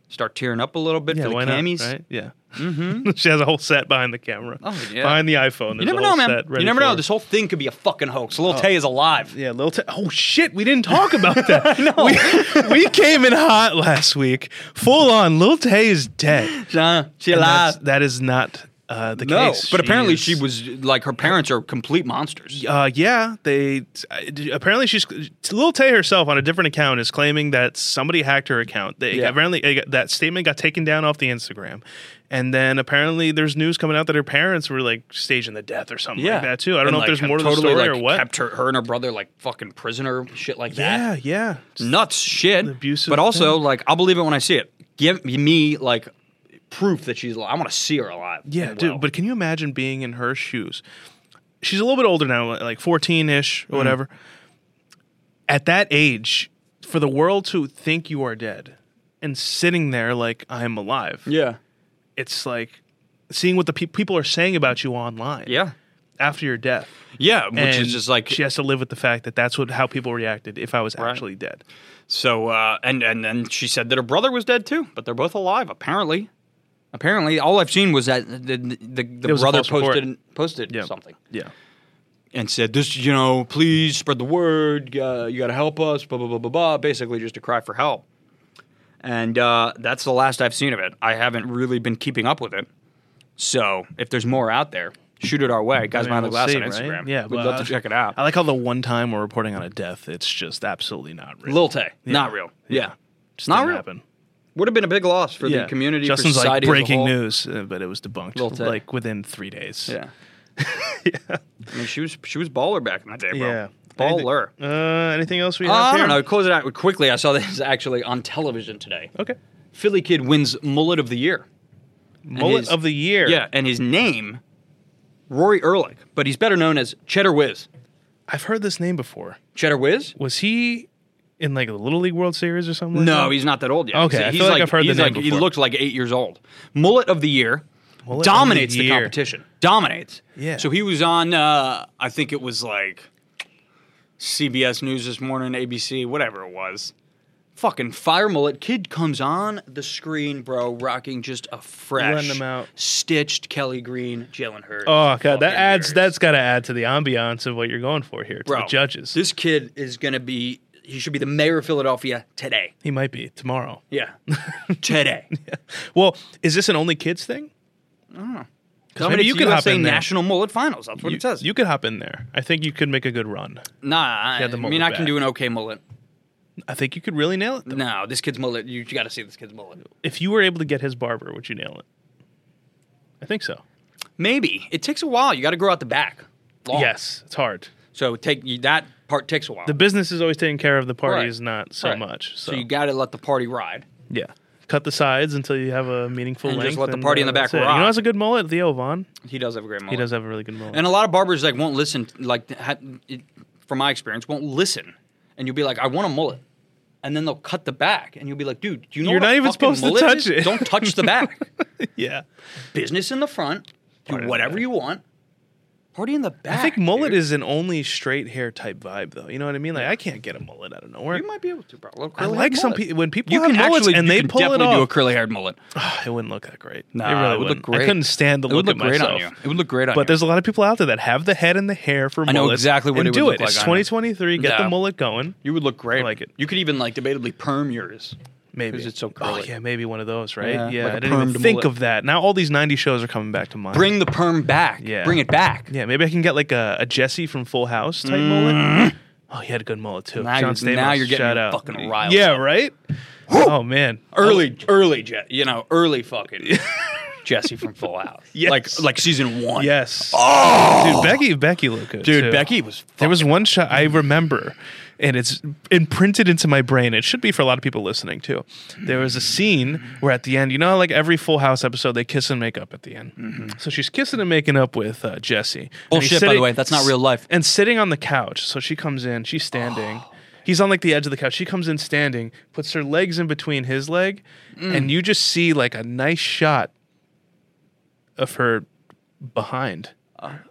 start tearing up a little bit for the why camis. Mm-hmm. not? Right? Yeah. she has a whole set behind the camera, Oh, yeah. behind the iPhone. You there's a never know, whole man. set You ready never know. for Oh. her. This whole thing could be a fucking hoax. Lil Tay is alive. Yeah, Lil Te- Oh shit, we didn't talk about that. no, we, we came in hot last week, full on. Lil Tay is dead. Nah, she And alive. that's- That is not uh, the No, case. but apparently is- she was like her parents are complete monsters. Uh, yeah, they I- d- apparently she's Lil Tay herself on a different account is claiming that somebody hacked her account. They Yeah. apparently uh, that statement got taken down off the Instagram, and then apparently there's news coming out that her parents were like staging the death or something like that too. I don't And, know like, if there's have more to the totally, story like, or what. Kept her, her and her brother like fucking prisoner, shit like yeah, that. yeah. Nuts shit. abusive But also, thing. like, I'll believe it when I see it. Give me like proof that she's alive. I want to see her alive. Yeah, and well. dude. But can you imagine being in her shoes? She's a little bit older now, li- like fourteen ish Mm-hmm. or whatever. At that age, for the world to think you are dead and sitting there like I'm alive, yeah. it's like seeing what the pe- people are saying about you online. Yeah. After your death, Yeah, which And is just like she has to live with the fact that that's what how people reacted if I was actually dead. so uh and and then she said that her brother was dead too, but they're both alive apparently. Apparently, all I've seen was that the the, the was a brother false report. posted posted Yeah. something Yeah, and said this, you know, please spread the word, uh, you got to help us, blah blah blah blah blah, basically just a cry for help. And uh that's the last I've seen of it. I haven't really been keeping up with it. So, if there's more out there, shoot it our way, guys. I mean, behind the we'll glass see, on right? Instagram. Yeah, we'd well, uh, love to check it out. I like how the one time we're reporting on a death, it's just absolutely not real. Lil Tay, not real. Yeah, Just not didn't real. happen. would have been a big loss for the community. Justin's for like society breaking as a whole. news, uh, but it was debunked Lil Tay. like within three days. Yeah. I mean, she was she was baller back in the day, bro. yeah. Baller. Anything, uh, anything else we Uh, have? I here? don't know. Close it out quickly. I saw this actually on television today. Okay. Philly kid wins mullet of the year. Mullet his- of the year. Yeah, and his name, Rory Ehrlich, but he's better known as Cheddar Wiz. I've heard this name before. Cheddar Wiz? Was he in like the Little League World Series or something? like No, that? he's not that old yet. Okay, he's, I he's feel like I've heard the he's name like- He before. looked like eight years old. Mullet of the year Mullet of dominates the the, year. competition. Dominates. Yeah. So he was on. Uh, I think it was like CBS News this morning, ABC, whatever it was. Fucking fire mullet kid comes on the screen, bro, rocking just a fresh, Blend 'em out. stitched Kelly Green, Jalen Hurts. Oh god, fucking that adds. years. That's got to add to the ambiance of what you're going for here. To bro. the judges, This kid is gonna be. He should be the mayor of Philadelphia today. he might be tomorrow. Yeah, today. Well, is this an only kids thing? Somebody maybe you you could hop USA in there. National Mullet Finals. That's what You, it says. you could hop in there. I think you could make a good run. nah, I, Yeah, the I mullet mean I can bad. do an okay mullet. I think you could really nail it. Though. No, this kid's mullet. You, got to see this kid's mullet. If you were able to get his barber, would you nail it? I think so. Maybe it takes a while. You got to grow out the back. Long. Yes, it's hard. So take you, that part takes a while. The business is always taking care of the party Right. is not so Right. much. So, so you got to let the party ride. yeah, cut the sides until you have a meaningful And just length. let the party in the back that's it. You rock. know, has a good mullet, Theo Vaughn. He does have a great mullet. He does have a really good mullet. And a lot of barbers like won't listen. Like ha- it, from my experience, won't listen. And you'll be like, I want a mullet. And then they'll cut the back, and you'll be like, dude, do you know You're what a not even fucking supposed to mullet touch is? it. Don't touch the back. yeah, business in the front, do Party in the whatever back. you want, party in the back. I think mullet dude. is an only straight hair type vibe, though. You know what I mean? Like I can't get a mullet out of nowhere. You might be able to, bro. Little I curly like haired some mullet. people when people You have can mullets actually and you they can pull it definitely off. do a curly haired mullet. it wouldn't look that great. Nah, it really it would look wouldn't. I great. couldn't stand the It would look look of great on myself. you. It would look great on but you. there's a lot of people out there that have the head and the hair for I know mullets exactly what and it would do look it. like It's on you. 2023. Get the No. mullet going. You would look great. I like it. You could even like debatably perm yours. Maybe 'Cause it's so Oh curly. yeah, maybe one of those, right? Yeah, Yeah, like a I didn't even permed think mullet. of that. Now all these '90s shows are coming back to mind. Bring the perm back. Yeah. Bring it back. yeah, maybe I can get like a, a Jesse from Full House type mullet. Oh, he had a good mullet too. Mm. Now John you're- now Stamos, you're getting shout out. fucking riled Yeah, right. oh man, Early, early, Je- you know, early fucking Jesse from Full House. Yes. Like, like season one. Yes. Oh, dude, Becky, Becky looked good. Dude, too. Becky was There was one shot I remember. and it's imprinted into my brain. It should be for a lot of people listening too. There was a scene where at the end, you know, how, like every Full House episode, they kiss and make up at the end. So she's kissing and making up with uh, Jesse. And he's Mm-hmm. Bullshit, by the way. That's not real life. And sitting on the couch. So she comes in. She's standing. He's on like the edge of the couch. She comes in standing, puts her legs in between his leg, Mm. and you just see like a nice shot of her behind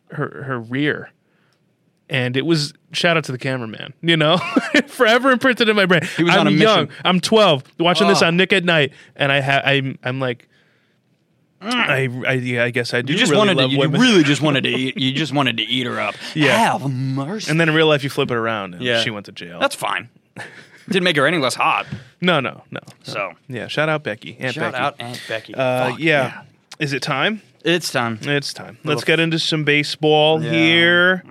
her her rear and it was shout out to the cameraman you know forever imprinted in my brain he was i'm on a mission. Oh. young i'm 12 watching this on nick at night and i have i'm i'm like I, I yeah, I guess I do. You just really wanted to, love you women. really just wanted to eat, you just wanted to eat her up. Yeah. Have mercy. and then in real life, you flip it around, and Yeah. she went to jail. That's fine. Didn't make her any less hot. no, no, no. So Yeah, shout out Becky. Aunt shout Becky. out Aunt Becky. Uh, Fuck, yeah. is it time? it's time. It's time. Let's get into some baseball here.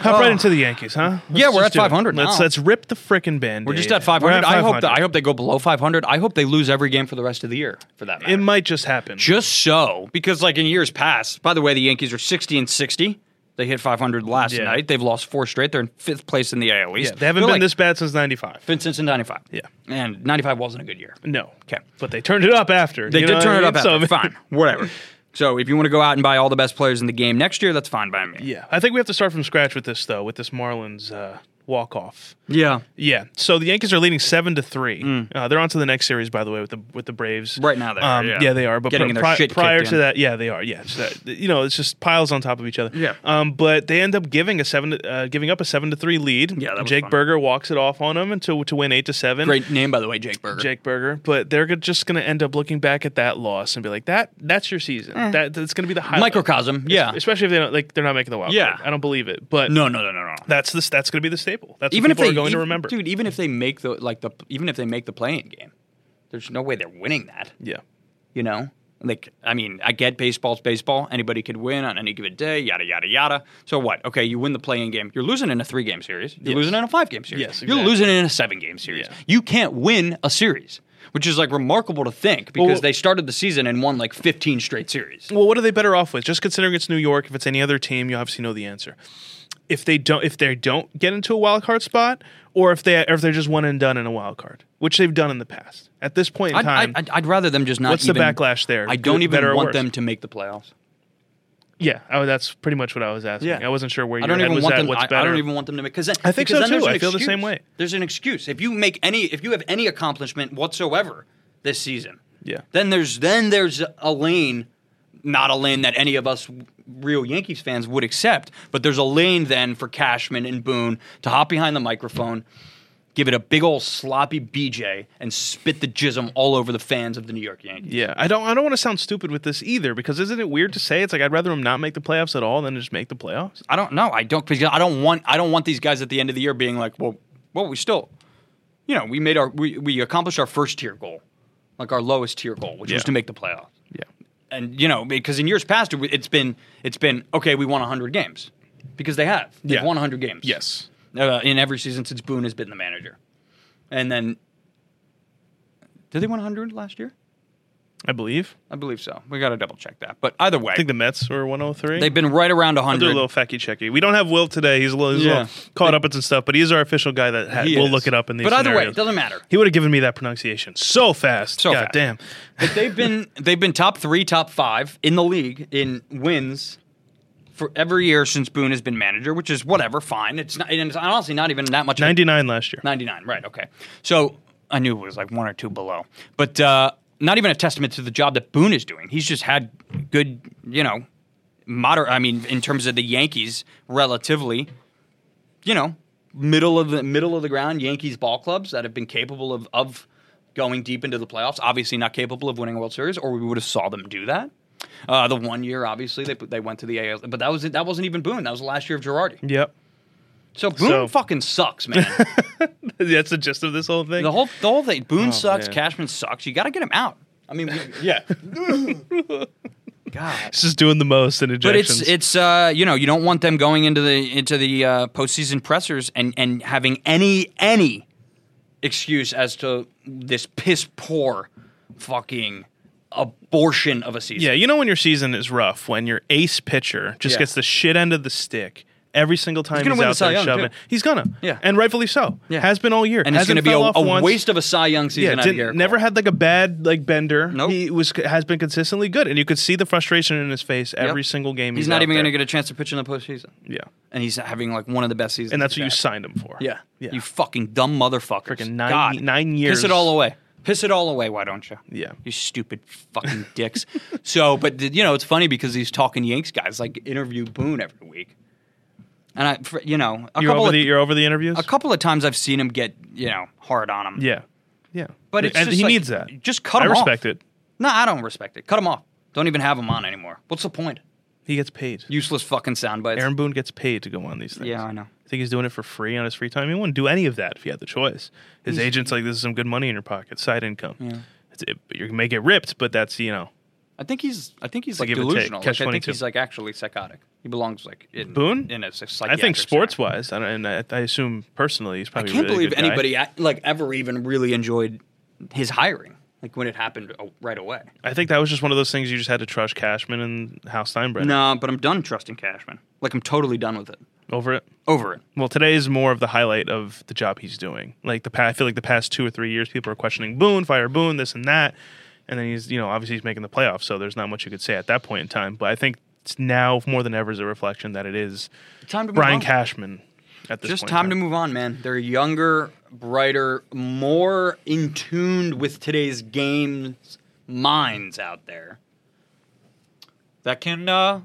Hop right into the Yankees, huh? Let's Mm-hmm. Yeah, we're just at do it. 500 Let's now. let's rip the frickin' band. We're just at 500. I hope that I hope they go below 500. I hope they lose every game for the rest of the year. For that matter. it might just happen. just so because like in years past by the way the yankees are 60 and 60 they hit 500 last Yeah. night they've lost four straight they're in fifth place in the al Yeah, east they haven't They're, been like, this bad since '95. been since in 95 Yeah. and 95 wasn't a good year No, Okay. but they turned it up after. they you know did what turn I it up mean? after. So- fine whatever so if you want to go out and buy all the best players in the game next year that's fine by me Yeah, I think we have to start from scratch with this though, with this Marlins uh, walk off. yeah Yeah. So the Yankees are leading seven to three. Uh, they're on to the next series, by the way, with the with the Braves. Mm. Um, Right now they are, yeah. they are. But Getting pri- their pri- shit kicked prior to in. that, yeah, they are. Yeah. So, you know, it's just piles on top of each other. Yeah. Um, but they end up giving a seven, to, uh, giving up a seven to three lead. Yeah, that was Jake fun. Berger walks it off on them and to to win eight to seven. great name by the way jake berger Jake Berger, but they're go- just going to end up looking back at that loss and be like, "That that's your season. That that's going to be the highlight. microcosm Eh. yeah especially if they don't like they're not making the wild. Yeah. card. I don't believe it. But no no no no no that's this that's going to be the staple. That's even what if people they are going even- to remember. dude even if they make the like the even if they make the playing game there's no way they're winning that Yeah, you know like i mean i get baseball's baseball anybody could win on any given day yada yada yada so what okay you win the playing game you're losing in a three game series you're losing in a five game series Yes, you're exactly. losing in a seven game series Yeah. you can't win a series which is like remarkable to think because Well- they started the season and won like 15 straight series Well, what are they better off with? Just considering it's New York, if it's any other team, you obviously know the answer. If they don't, if they don't get into a wild card spot, or if they, or if they're just one and done in a wild card, which they've done in the past. At this point in I'd, time, I'd, I'd- I'd rather them just not What's the even- backlash there? i don't Good- even better or want worse? them to make the playoffs yeah, oh, that's pretty much what I was asking. I wasn't sure where I your don't head even was want at. them. what's I, I better? don't even want them to make. Because I think so, then there's too. an I feel the excuse. same way. There's an excuse if you make any if you have any accomplishment whatsoever this season. Yeah. Then there's then there's a lane, not a lane that any of us real Yankees fans would accept, but there's a lane then for Cashman and Boone to hop behind the microphone. Give it a big old sloppy BJ and spit the jism all over the fans of the New York Yankees. Yeah, I don't. I don't want to sound stupid with this either, because isn't it weird to say? It's like I'd rather them not make the playoffs at all than just make the playoffs. I don't know. I don't because I don't want I don't want these guys at the end of the year being like, well, well, we still, you know, we made our we, we accomplished our first tier goal, like our lowest tier goal, which Yeah. was to make the playoffs. Yeah, And you know, because in years past it, it's been it's been okay, we won 100 games because they have they've Yeah. won 100 games. Yes. uh, in every season since Boone has been the manager, and then did they win 100 last year? I believe. I believe so. We got to double check that. But either way, I think the Mets were 103. they've been right around 100. do a little fecky checky. We don't have Will today. He's a little, he's a Yeah. little caught up in some stuff, but he is our official guy that had, He we'll is. look it up in these. But either way, scenarios. it doesn't matter. He would have given me that pronunciation so fast. So God fast. damn. But they've been they've been top three, top five in the league in wins for every year since Boone has been manager, which is whatever, fine. It's not, and it's honestly not even that much. of a- 99 last year. 99, right? Okay. So I knew it was like one or two below, but uh, not even a testament to the job that Boone is doing. He's just had good, you know, moderate. I mean, in terms of the Yankees, relatively, you know, middle of the middle of the ground Yankees ball clubs that have been capable of of going deep into the playoffs. Obviously, not capable of winning a World Series, or we would have saw them do that. Uh, the one year, obviously, they they went to the AL, but that was that wasn't even Boone. That was the last year of Girardi. Yep. So Boone So- fucking sucks, man. That's the gist of this whole thing. The whole the whole thing. Boone sucks. man. Cashman sucks. You got to get him out. Oh, I mean, we, yeah. God. this is doing the most in But injections. it's it's uh you know you don't want them going into the into the uh, postseason pressers and and having any any excuse as to this piss poor fucking abortion of a season. yeah, you know when your season is rough, when your ace pitcher just Yeah. gets the shit end of the stick Every single time he's, gonna win the out Cy there Young, shoving, too. he's gonna. Yeah. and rightfully so. Yeah. has been all year, and it's Hasn't going to be a, fell off a once. waste of a Cy Young season. out of didn't- Garrett never Cole. had like a bad like bender. Nope. He was has been consistently good, and you could see the frustration in his face every Yep. single game. He's, He's, not even going to get a chance to pitch in the postseason, Yeah, and he's having like one of the best seasons. and that's he's what you had. signed him for. Yeah. yeah, You fucking dumb motherfuckers. Frickin' nine- God. nine Piss years. it all away. Piss it all away. Why don't you? Yeah. You stupid fucking dicks. so, but you know, it's funny because these talking Yanks guys like interview Boone every week, and I, for, you know, a you're couple over of the you're over the interviews. a couple of times I've seen him get you know hard on him. yeah, yeah, But it's and just he like, needs that. Just cut I him off. respect it. No, I don't respect it. Cut him off. Don't even have him on anymore. What's the point? He gets paid. Useless fucking sound bites. Aaron Boone gets paid to go on these things. Yeah, I know. I think he's doing it for free on his free time. He wouldn't do any of that if he had the choice. His agent's like, "This is some good money in your pocket, side income. It's, it, you may get ripped, but that's you know." I think he's. I think he's like give and take. delusional. Like, Catch I think 22. he's like actually psychotic. He belongs like in Boone? in a I psychiatric. think sports center. wise, and I, I assume personally, he's I probably. a can't really believe good guy. anybody a- like ever even really enjoyed his hiring. Like when it happened uh, right away. I think that was just one of those things you just had to trust Cashman and Hal Steinbrenner No, but I'm done trusting Cashman. Like I'm totally done with it. over it. Over it. Well, today is more of the highlight of the job he's doing. Like the pa- I feel like the past two or three years, people are questioning Boone, fire Boone, this and that, and then he's you know obviously he's making the playoffs, so there's not much you could say at that point in time. But I think it's now more than ever is a reflection that it is Time to move Brian on. Cashman at this Just point in time to move on, man. They're younger, brighter, more in tuned with today's game's minds out there. That can, uh,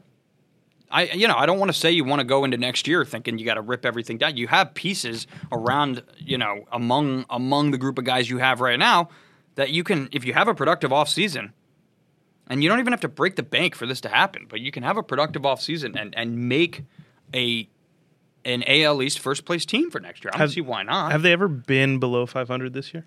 I you know, I don't want to say you want to go into next year thinking you got to rip everything down. You have pieces around, you know, among among the group of guys you have right now that you can, if you have a productive offseason, and you don't even have to break the bank for this to happen, but you can have a productive offseason and and make a an AL East first place team for next year. I don't Have- see why not. Have they ever been below 500 this year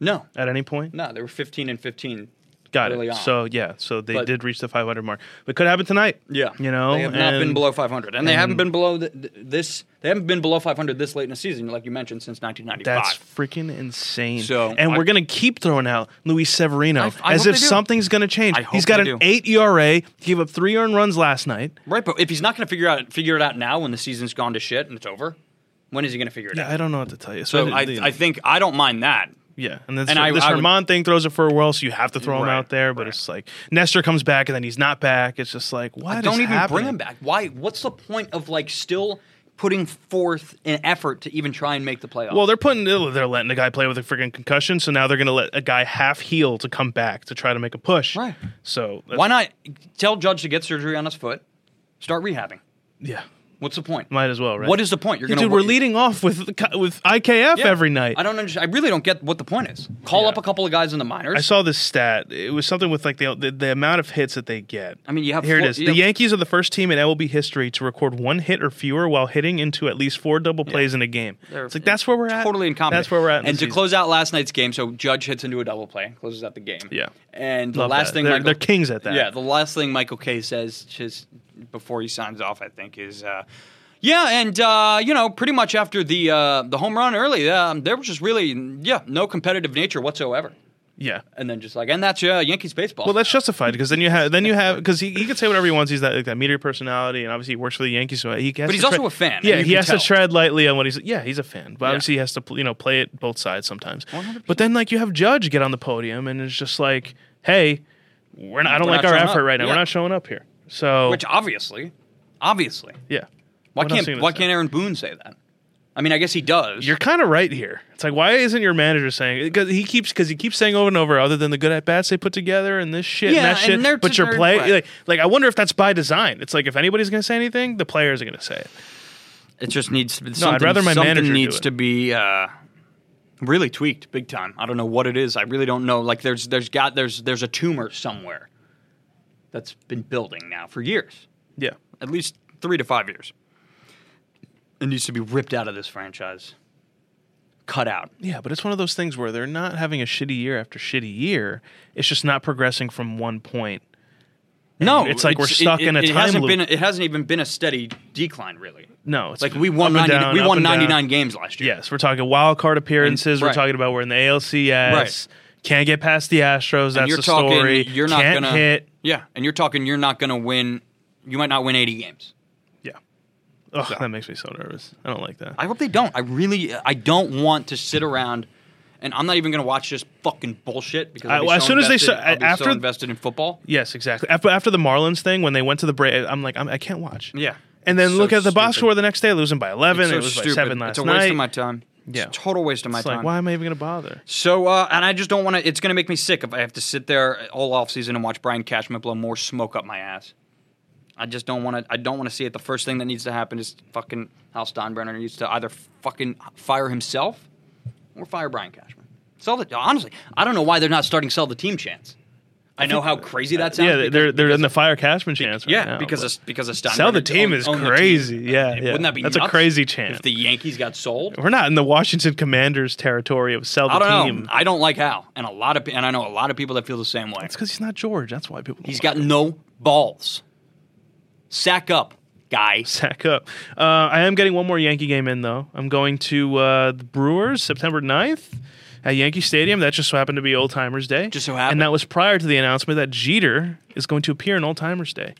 no, at any point? no, they were 15 and 15. Got early it. on. So yeah, so they But- did reach the 500 mark. But could happen tonight. Yeah, you know, they have not been and- below 500, and they haven't been below th- th- this. They haven't been below 500 this late in the season, like you mentioned, since 1995. That's freaking insane. So, and I- we're gonna keep throwing out Luis Severino I f- I as hope if they do. something's gonna change. I hope He's got they do. an eight ERA. He gave up three earned runs last night. right, but if he's not going to figure out figure it out now, when the season's gone to shit and it's over, when is he going to figure it Yeah, out? I don't know what to tell you. So I, you know, I think I don't mind that. yeah, and, this, and I- this I would- Herman thing throws it for a whirl, so you have to throw him Right, out there. But right. it's like Nestor comes back and then he's not back. It's just like what? I is don't even happening? bring him back. Why? What's the point of like still putting forth an effort to even try and make the playoffs? Well, they're putting they're letting the guy play with a freaking concussion, so now they're gonna let a guy half heal to come back to try to make a push. Right. So that's- why not tell Judge to get surgery on his foot, start rehabbing? Yeah. What's the point? Might as well, right? What is the point? You're Yeah, gonna dude, we're wa- leading off with the co- with IKF Yeah. every night. I don't understand. I really don't get what the point is. Call up a couple of guys in the minors. I saw this stat. It was something with like the the, the amount of hits that they get. I mean, you have here four- it is. you The have- Yankees are the first team in MLB history to record one hit or fewer while hitting into at least four double plays in a game. They're it's like that's where we're at. Totally incompetent. That's where we're at. And in the to season. close out last night's game, so Judge hits into a double play, closes out the game. Yeah. And the Love last that. thing They're- Michael, they're kings at that. Yeah. The last thing Michael K says just before he signs off, I think, is. Uh, yeah, and uh, you know, pretty much after the uh, the home run early, um, there was just really yeah no competitive nature whatsoever, yeah. and then just like and that's uh, Yankees baseball. Well, that's justified because then you have then you have because he, he can say whatever he wants. He's that like, that media personality, and obviously he works for the Yankees. So he has But to he's tread- also a fan, and Yeah, you he can has tell. to tread lightly on what he's. Yeah, he's a fan, but Yeah. obviously he has to pl- you know play it both sides sometimes. But then like you have Judge get on the podium and it's just like, hey, we're not. I don't We're like not our showing effort up. right now. Yeah. We're not showing up here. So which obviously, obviously, yeah, why What else are you can't gonna why say? can't Aaron Boone say that? I mean, I guess he does. You're kind of right here. It's like why isn't your manager saying? Because he keeps because he keeps saying over and over. Other than the good at bats they put together and this shit Yeah, and that shit, and they're- but your they're- play right. like, like I wonder if that's by design. It's like if anybody's gonna say anything, the players are gonna say it. It just needs to be something, No, I'd rather my something manager do needs it. to be uh, really tweaked big time. I don't know what it is. I really don't know. Like there's there's got there's there's a tumor somewhere that's been building now for years. Yeah. At least 3 to 5 years. It needs to be ripped out of this franchise. Cut out. Yeah, but it's one of those things where they're not having a shitty year after shitty year. It's just not progressing from one point. No, it's like we're stuck it, in a it, time it hasn't loop. Been, it hasn't even been a steady decline really. No, it's Like been we won up and 90, down, we up won and down. 99 games last year. Yes, we're talking wild card appearances. right. We're talking about we're in the ALCS. Right. Can't get past the Astros. That's you're the talking story. you're not Can't gonna hit. Yeah, and you're talking you're not gonna win you might not win 80 games. Yeah. Ugh, that makes me so nervous. I don't like that. I hope they don't. I really, I don't want to sit around, and I'm not even going to watch this fucking bullshit because I- I'll be well, as so soon as they invested- start- I'll be so after- invested in football. Yes, exactly. After, after the Marlins thing, when they went to the break, I'm like, I'm, I can't watch. Yeah. And then It's look so at the box stupid. score the next day, losing by 11. so it was stupid. by seven last it's a night. waste of my time. Yeah. It's a total waste of my it's time. like, why am I even going to bother? So, uh, and I just don't want to. It's going to make me sick if I have to sit there all off season and watch Brian Cashman blow more smoke up my ass. I just don't want to. I don't want to see it. The first thing that needs to happen is fucking Hal Steinbrenner needs to either fucking fire himself or fire Brian Cashman. Sell the honestly. I don't know why they're not starting sell the team chance. I, know how crazy that sounds. yeah, because- they're they're in the fire cashman chance. right yeah, now, because but- of, because of Steinbrenner. sell the team own- is own the team. crazy. Yeah, yeah, Wouldn't that be that's a nuts crazy chance. If the Yankees got sold, We're not in the Washington Commanders territory of sell the I don't team. know. I don't like Hal, and a lot of pe- and I know a lot of people that feel the same way. It's because he's not George. That's why people. don't He's like got no balls. Sack up, guys. sack up. Uh, I am getting one more Yankee game in though. I'm going to uh, the Brewers September 9th at Yankee Stadium. That just so happened to be Old Timers Day. Just so happened. and that was prior to the announcement that Jeter is going to appear in Old Timers Day.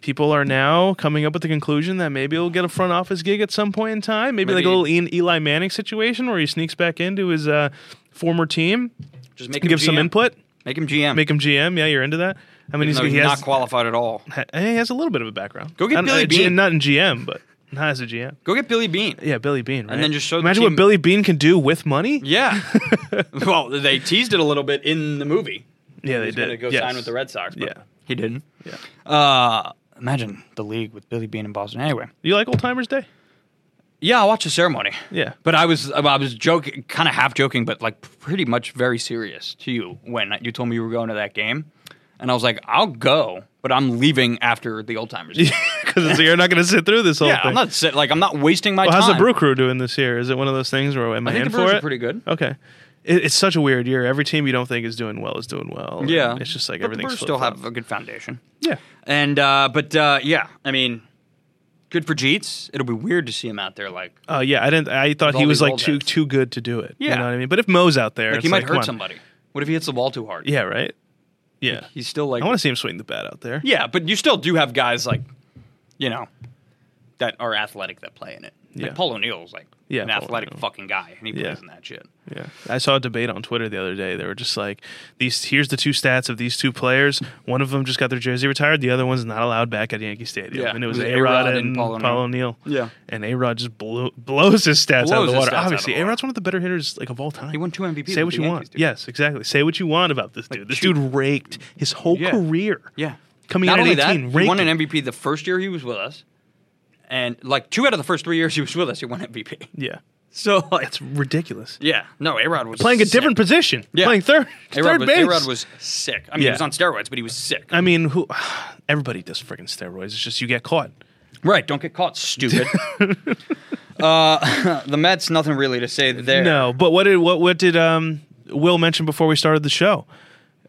People are now coming up with the conclusion that maybe he'll get a front office gig at some point in time. Maybe, like a Maybe- little Ian, Eli Manning situation where he sneaks back into his uh, former team, Just make him gives some GM. input, Make him GM. make him GM. Yeah, you're into that. I Even mean, he's, though he he's has not qualified at all. ha- he has a little bit of a background. Go get I don't- Billy uh, G- Bean. not in GM, but not as a GM. Go get Billy Bean. Yeah, Billy Bean. Right? then just show the Imagine team- what Billy Bean can do with money. Yeah. well, they teased it a little bit in the movie. Yeah, they He's did. gonna go Yes. sign with the Red Sox. But Yeah. he didn't. Yeah. Uh, imagine the league with Billy Bean in Boston. Anyway, You like Old Timers Day? yeah, I watched the ceremony. Yeah. But I was I was joking, kind of half joking, but like pretty much very serious to you when you told me you were going to that game, and I was like, I'll go, but I'm leaving after the old timers. Because you're not going to sit through this whole yeah, thing. I'm not sit, like I'm not wasting my well, time. how's the Brew Crew doing this year? Is it one of those things where am I, I think in the Brewers for are it? pretty good. Okay. It, it's such a weird year. Every team you don't think is doing well is doing well. and Yeah, It's just like But the everything's Brewers still flip-flop. have a good foundation. Yeah. And uh, but uh, yeah, I mean, good for Jeets. It'll be weird to see him out there like Oh yeah, I didn't. I thought all he was these like old too heads. too good to do it. Yeah. You know what I mean? But if Mo's out there, like he it's might come hurt on. somebody. What if he hits the ball too hard? Yeah. Right. Yeah. he's still like I want to see him swing the bat out there. Yeah, but you still do have guys like, you know, that are athletic that play in it. Like Yeah. Paul O'Neill's like Yeah, an Paul athletic O'Neill. fucking guy, and he Yeah. plays in that shit. Yeah. I saw a debate on Twitter the other day. They were just like, these here's the two stats of these two players. One of them just got their jersey retired, the other one's not allowed back at Yankee Stadium. Yeah. And it was It was A Rod A-Rod and, Paul O'Neill. Yeah. And A Rod just blew, blows his stats out Blows of the his water. stats out of Obviously, the A water. Rod's one of the better hitters like of all time. He won two MVPs Say with what the you Yankees, want. dude. Yes, exactly. Say what you want about this dude. this two- dude raked his whole Yeah. career. Yeah, Coming Not in only at 18, that, he won an raked MVP the first year he was with us, and like two out of the first three years he was with us, he won MVP. Yeah. So like, It's ridiculous. yeah, no, A Rod was Playing a sick. different position. Yeah. Playing third, A-Rod third was, base. A-Rod was sick. I mean, Yeah. he was on steroids, but he was sick. I mean, who? Everybody does freaking steroids. It's just you get caught. Right, don't get caught, stupid. uh, the Mets, nothing really to say there. No, but what did what what did um Will mention before we started the show?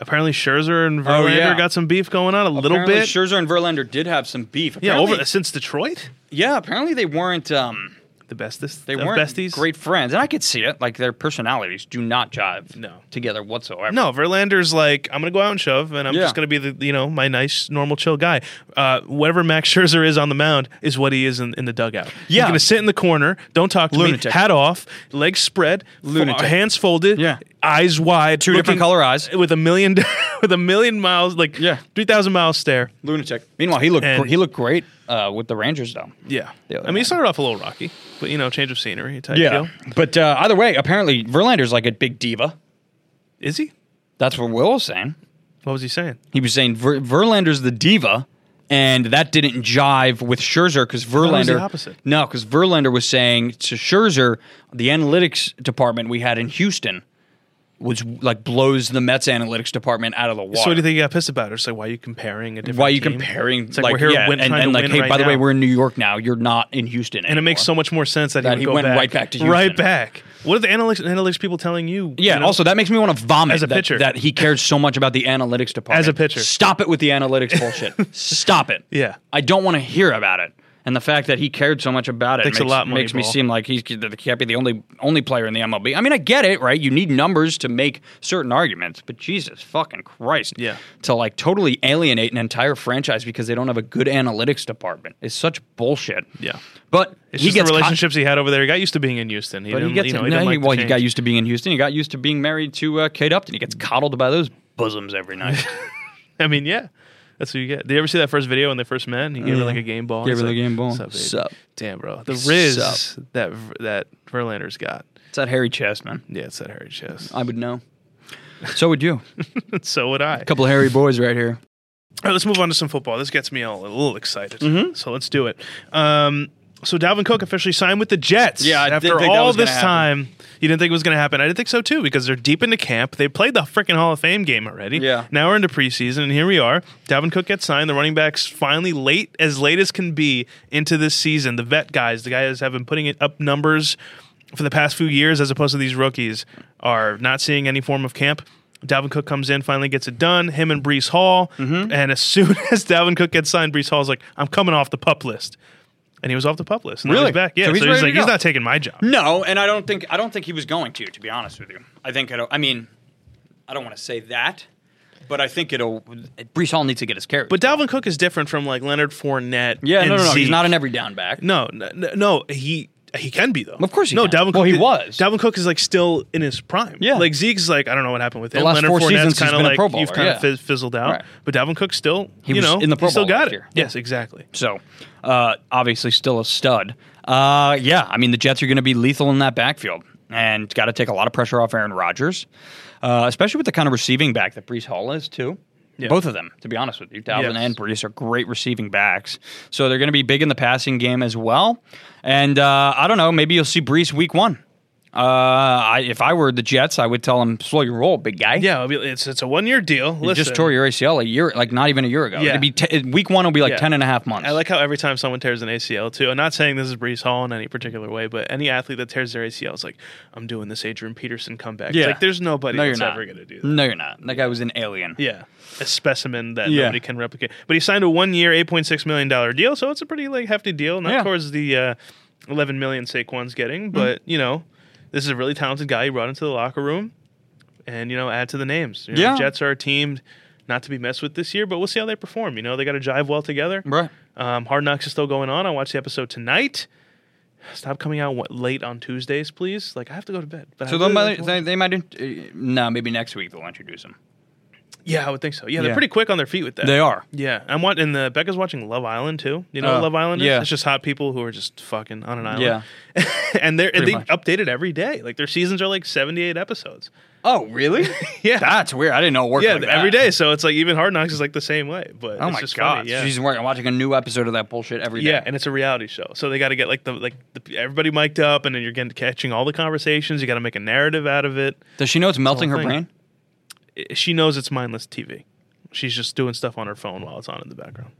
Apparently Scherzer and Verlander Oh, yeah. got some beef going on a little Apparently bit. Scherzer and Verlander did have some beef. yeah, Apparently- over since Detroit, Yeah, apparently they weren't. Um, the bestest. they of weren't besties. great friends, and I could see it. Like their personalities do not jive. No. together whatsoever. No, Verlander's like I'm gonna go out and shove, and I'm Yeah. just gonna be the you know my nice normal chill guy. Uh, whatever Max Scherzer is on the mound is what he is in, in the dugout. he's Yeah. gonna sit in the corner, don't talk to Lunatic. me, hat off, legs spread, fo- Lunatic. hands folded, Yeah. eyes wide, two different color eyes. with a million with a million miles like Yeah. three thousand miles stare. lunatic. Meanwhile, he looked And- gr- he looked great uh, with the Rangers though. Yeah. The other I mean, he one. started off a little rocky, but you know, change of scenery type deal. but uh, either way, apparently Verlander's like a big diva. Is he? That's what Will was saying. What was he saying? He was saying Ver- Verlander's the diva, and that didn't jive with Scherzer because it was the Verlander. opposite. No, because Verlander was saying to Scherzer, the analytics department we had in Houston was like blows the Mets analytics department out of the water. So, what do you think he got pissed about? It's like, why are you comparing a different Why are you team? comparing? It's like, we're here yeah, win, and, trying and to like, win hey, right by the way, now. we're in New York now. You're not in Houston, And it makes so much more sense that, That he, he would go went back, right back to Right Houston. back. What are the analytics, analytics people telling you? Yeah. you know? also, that makes me want to vomit As a that, pitcher. that he cares so much about the analytics department. As a pitcher. stop it with the analytics bullshit. Stop it. Yeah. I don't want to hear about it. and the fact that he cared so much about it Takes a makes, lot, makes me Moneyball. seem like he's, that he can't be the only only player in the MLB. I mean, I get it, right? You need numbers to make certain arguments, but Jesus fucking Christ, Yeah. to like totally alienate an entire franchise because they don't have a good analytics department is such bullshit. Yeah. but It's he gets just the caught- relationships he had over there. He got used to being in Houston. He but he didn't, gets you know, he no, didn't he- like the well, he got change. Mm. used to being in Houston. He got used to being married to uh, Kate Upton. He gets coddled by those bosoms every night. I mean, yeah. That's what you get. Did you ever see that first video when they first met? And he gave her like a game ball. and Gave he's her the like, game ball. "Sup, babe?" Sup. Damn, bro. The Riz Sup. that Ver- that Verlander's got. it's that hairy chest, man. Yeah, it's that Harry Chest. I would know. So would you. so would I. A couple of hairy boys right here. All right, let's move on to some football. This gets me all, a little excited. Mm-hmm. So let's do it. Um, so Dalvin Cook officially signed with the Jets. Yeah, I didn't after think that all was gonna this happen. time, you didn't think it was going to happen. I didn't think so too because they're deep into camp. They played the freaking Hall of Fame game already. Yeah. Now we're into preseason, and here we are. Dalvin Cook gets signed. The running backs finally late as late as can be into this season. The vet guys, the guys have been putting it up numbers for the past few years, as opposed to these rookies are not seeing any form of camp. Dalvin Cook comes in, finally gets it done. Him and Brees Hall, Mm-hmm. and as soon as Dalvin Cook gets signed, Brees Hall's like, "I'm coming off the pup list," and he was off the pup list. And now Really? he's back. Yeah, So so he's he's, ready to like, "He's go." not taking my job." No, and I don't think I don't think he was going to. To be honest with you, I think it'll, I mean, I don't want to say that, but I think it'll. Brees Hall needs to get his carry. But Dalvin Cook is different from like Leonard Fournette. yeah, and no, no, no. He's Zeke. not an every down back. No, n- n- no, he he can be though. Of course he no, can. Dalvin. Well, Cook he is- was. Dalvin Cook is like still in his prime. Yeah. like Zeke's like I don't know what happened with him. last Leonard four Fournette's seasons he's kinda been a like Pro Bowler, you've kind yeah. of fizz, fizzled out. Right. But Dalvin Cook still, He you was know, in the Pro he still Bowl got last it. year. Yes, exactly. So, uh, obviously, still a stud. Uh, yeah, I mean, the Jets are going to be lethal in that backfield and got to take a lot of pressure off Aaron Rodgers, uh, especially with the kind of receiving back that Brees Hall is, too. Yeah. Both of them, to be honest with you, Dalvin Yes. and Brees are great receiving backs. So they're going to be big in the passing game as well. And uh, I don't know, maybe you'll see Brees week one. Uh, I, if I were the Jets, I would tell him, slow your roll, big guy. Yeah, it'll be- it's it's a one year deal. You Listen, just tore your ACL a year, like not even a year ago. Yeah. It'd be te- week one will be like Yeah. ten and a half 10 and a half months. I like how every time someone tears an ACL too. I'm not saying this is Brees Hall in any particular way, but any athlete that tears their ACL is like, I'm doing this Adrian Peterson comeback. It's Yeah. like there's nobody no, you're that's not. ever gonna do that. No, you're not. That guy was an alien. Yeah, a specimen that Yeah. nobody can replicate. But he signed a one-year, eight point six million dollar deal, so it's a pretty like hefty deal. Not Yeah. Mm-hmm. towards the uh, eleven million Saquon's getting, but you know, this is a really talented guy. He brought into the locker room, and you know, add to the names. You know, Yeah. Jets are a team not to be messed with this year, but we'll see how they perform. You know, they got to jive well together. Right. Um, Hard Knocks is still going on. I watched the episode tonight. Stop coming out what, late on Tuesdays, please. Like I have to go to bed. But I So they really might, like- they, they might, int- uh, no, maybe next week they'll introduce him. yeah, I would think so. Yeah, they're Yeah. pretty quick on their feet with that. They are. Yeah, I'm watching. The Becca's watching Love Island too. You know Uh, what Love Island is? yeah. It's just hot people who are just fucking on an island. Yeah. and they're and Pretty they much. update it every day. Like their seasons are like 78 episodes. Oh, really? Yeah. That's weird. I didn't know it worked yeah, like that. every day. So it's like even Hard Knocks is like the same way. But Oh it's my just god. funny, yeah. She's working, watching a new episode of that bullshit every day. yeah, and it's a reality show, so they got to get like the like the, everybody mic'd up, and then you're getting catching all the conversations. You got to make a narrative out of it. Does she know it's melting her thing. brain? I- She knows it's mindless TV. She's just doing stuff on her phone while it's on in the background.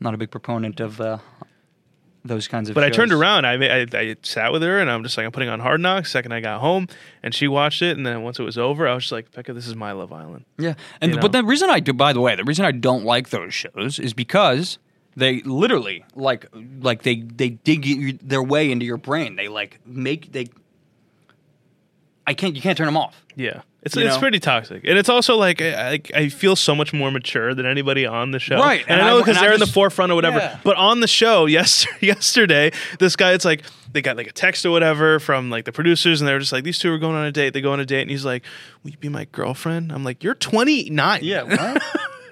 Not a big proponent of uh, those kinds of. But I shows. turned around. I, ma- I I sat with her, and I'm just like, I'm putting on Hard Knocks. Second, I got home, and she watched it. And then once it was over, I was just like, Becca, this is my Love Island. Yeah, and You but know? the reason I do, by the way, the reason I don't like those shows is because they literally like like they they dig you, their way into your brain. They like make they. I can't. You can't turn them off. Yeah, it's You it's know? pretty toxic, and it's also like I, I I feel so much more mature than anybody on the show, Right, And, and I know I- and because I they're in just- the forefront or whatever. Yeah. But on the show, yes, yesterday, this guy, it's like they got like a text or whatever from like the producers, and they're just like, these two are going on a date. They go on a date, and he's like, "Will you be my girlfriend?" I'm like, "You're 29."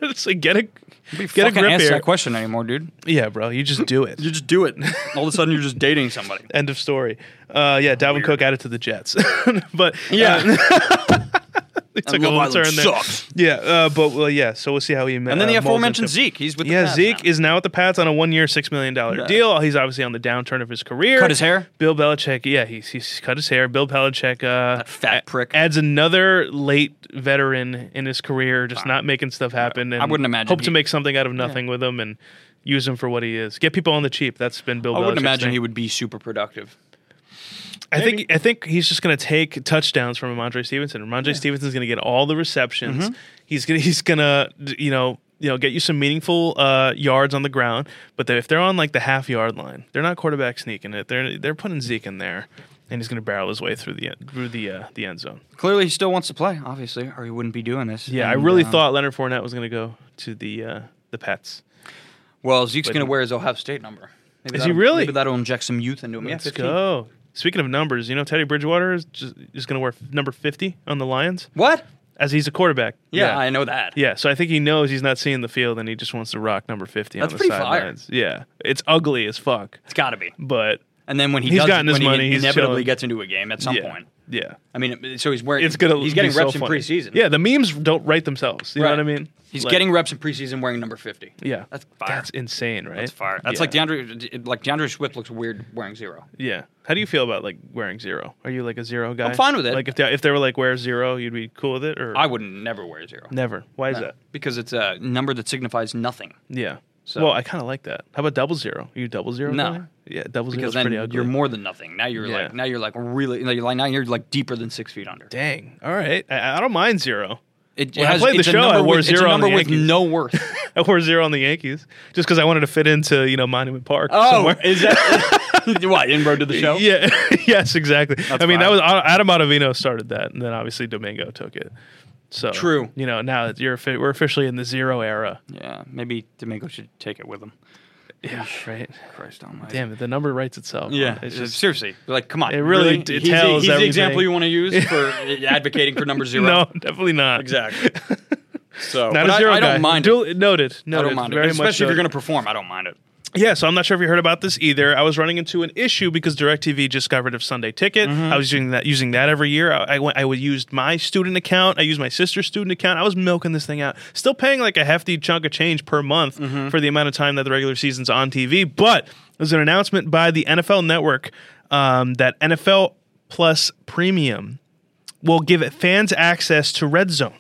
What? it's like get a Get get a grip answer here. that question anymore, dude. Yeah, bro, you just do it. just do it. All of a sudden, you're just dating somebody. End of story. Uh, yeah, Dalvin Cook added to the Jets, but uh, Yeah, it took Love a little Island turn there. sucks. Yeah, uh, but well, yeah. So we'll see how he. ma- and then the uh, molds aforementioned into- Zeke. He's with the Yeah, Pats Zeke now. is now with the Pats on a one-year, six million dollar deal. He's obviously on the downturn of his career. Cut his hair? Bill Belichick. Yeah, he's, he's cut his hair. Bill Belichick. Uh, That fat prick. adds another late veteran in his career, just not making stuff happen. And I wouldn't imagine Hope he- to make something out of nothing with him and use him for what he is. Get people on the cheap. That's been Bill. I wouldn't Belichick's imagine thing. he would be super productive. I think I think he's just going to take touchdowns Mm-hmm. from Ramondre Stevenson. Ramondre Stevenson's going to get all the receptions. He's gonna he's gonna d- you know you know get you some meaningful uh, yards on the ground. But they- if they're on like the half yard line, they're not quarterback sneaking it. They're they're putting Zeke in there, and he's going to barrel his way through the en- through the uh, the end zone. Clearly, he still wants to play, obviously, or he wouldn't be doing this. Yeah, I And, really uh, thought Leonard Fournette was going to go to the uh, the Pets. Well, Zeke's going to wear his Ohio State number. Maybe Is he that'll- really? Maybe that'll inject some youth into him. Yeah, Let's 15. go. Speaking of numbers, you know Teddy Bridgewater is just, is going to wear f- number fifty on the Lions What? as he's a quarterback. Yeah, I know that. Yeah, so I think he knows he's not seeing the field and he just wants to rock number 50 That's on the pretty fire. sidelines. Yeah. It's ugly as fuck, It's got to be. but And then when he He's does, gotten his when money, he he's inevitably chilling. gets into a game at some yeah. point. Yeah. I mean, so he's wearing. It's gonna He's getting be so reps in funny. preseason. Yeah, the memes don't write themselves, you Right. know what I mean? He's Like, getting reps in preseason wearing number fifty. Yeah. that's fire. That's insane, right? That's fire. That's yeah. like DeAndre. Like DeAndre Swift looks weird wearing zero. Yeah. How do you feel about like wearing zero? Are you like a zero guy? I'm fine with it. Like if they, if they were like wear zero, you'd be cool with it or I wouldn't never wear zero. never. Why is No. that? Because it's a number that signifies nothing. Yeah. So- well, I kind of like that. How about double zero? Are you double zero? No. guy? Yeah, double zero Because is pretty then ugly. you're more than nothing. Now you're Yeah. like now you're like really now you're like now you're like deeper than six feet under. Dang. All right. I, I don't mind zero. It, When I played the it's a show, I number wore with- It's a zero on number the with Yankees. no worth. I wore zero on the Yankees just because I wanted to fit into you know Monument Park. oh, somewhere. is that what inroad to the show? yeah, yes, exactly. I mean, that fine. was Adam Ottavino started that, and then obviously Domingo took it. So True. You know, now that you're offi- we're officially in the zero era. Yeah, maybe Domingo should take it with him. Yeah, right. Christ almighty. Damn it, the number writes itself. Yeah, it's it's- just seriously, like come on. It really d- he's, the- tells he's the example everything. you want to use for advocating for number zero. no, definitely not. exactly. So Not but a zero I, I guy. don't mind Dual- it. Noted. I Noted. don't mind it, Very much especially if you're noted. going to perform. I don't mind it. Yeah, so I'm not sure if you heard about this either. I was running into an issue because DirecTV just got rid of Sunday Ticket. I was using that using that every year. I, I went I would used my student account. I used my sister's student account. I was milking this thing out. Still paying like a hefty chunk of change per month for the amount of time that the regular season's on TV. But there's an announcement by the NFL Network um, that NFL Plus Premium will give fans access to Red Zone.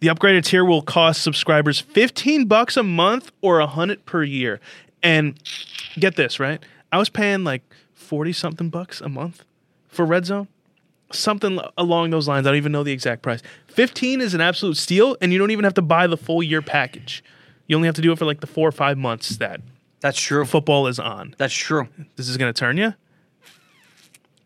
The upgraded tier will cost subscribers 15 bucks a month or 100 per year. And get this, right? I was paying like 40 something bucks a month for Red Zone. Something along those lines. I don't even know the exact price. 15 is an absolute steal and you don't even have to buy the full year package. You only have to do it for like the 4 or 5 months that That's true. football is on. That's true. This is going to turn you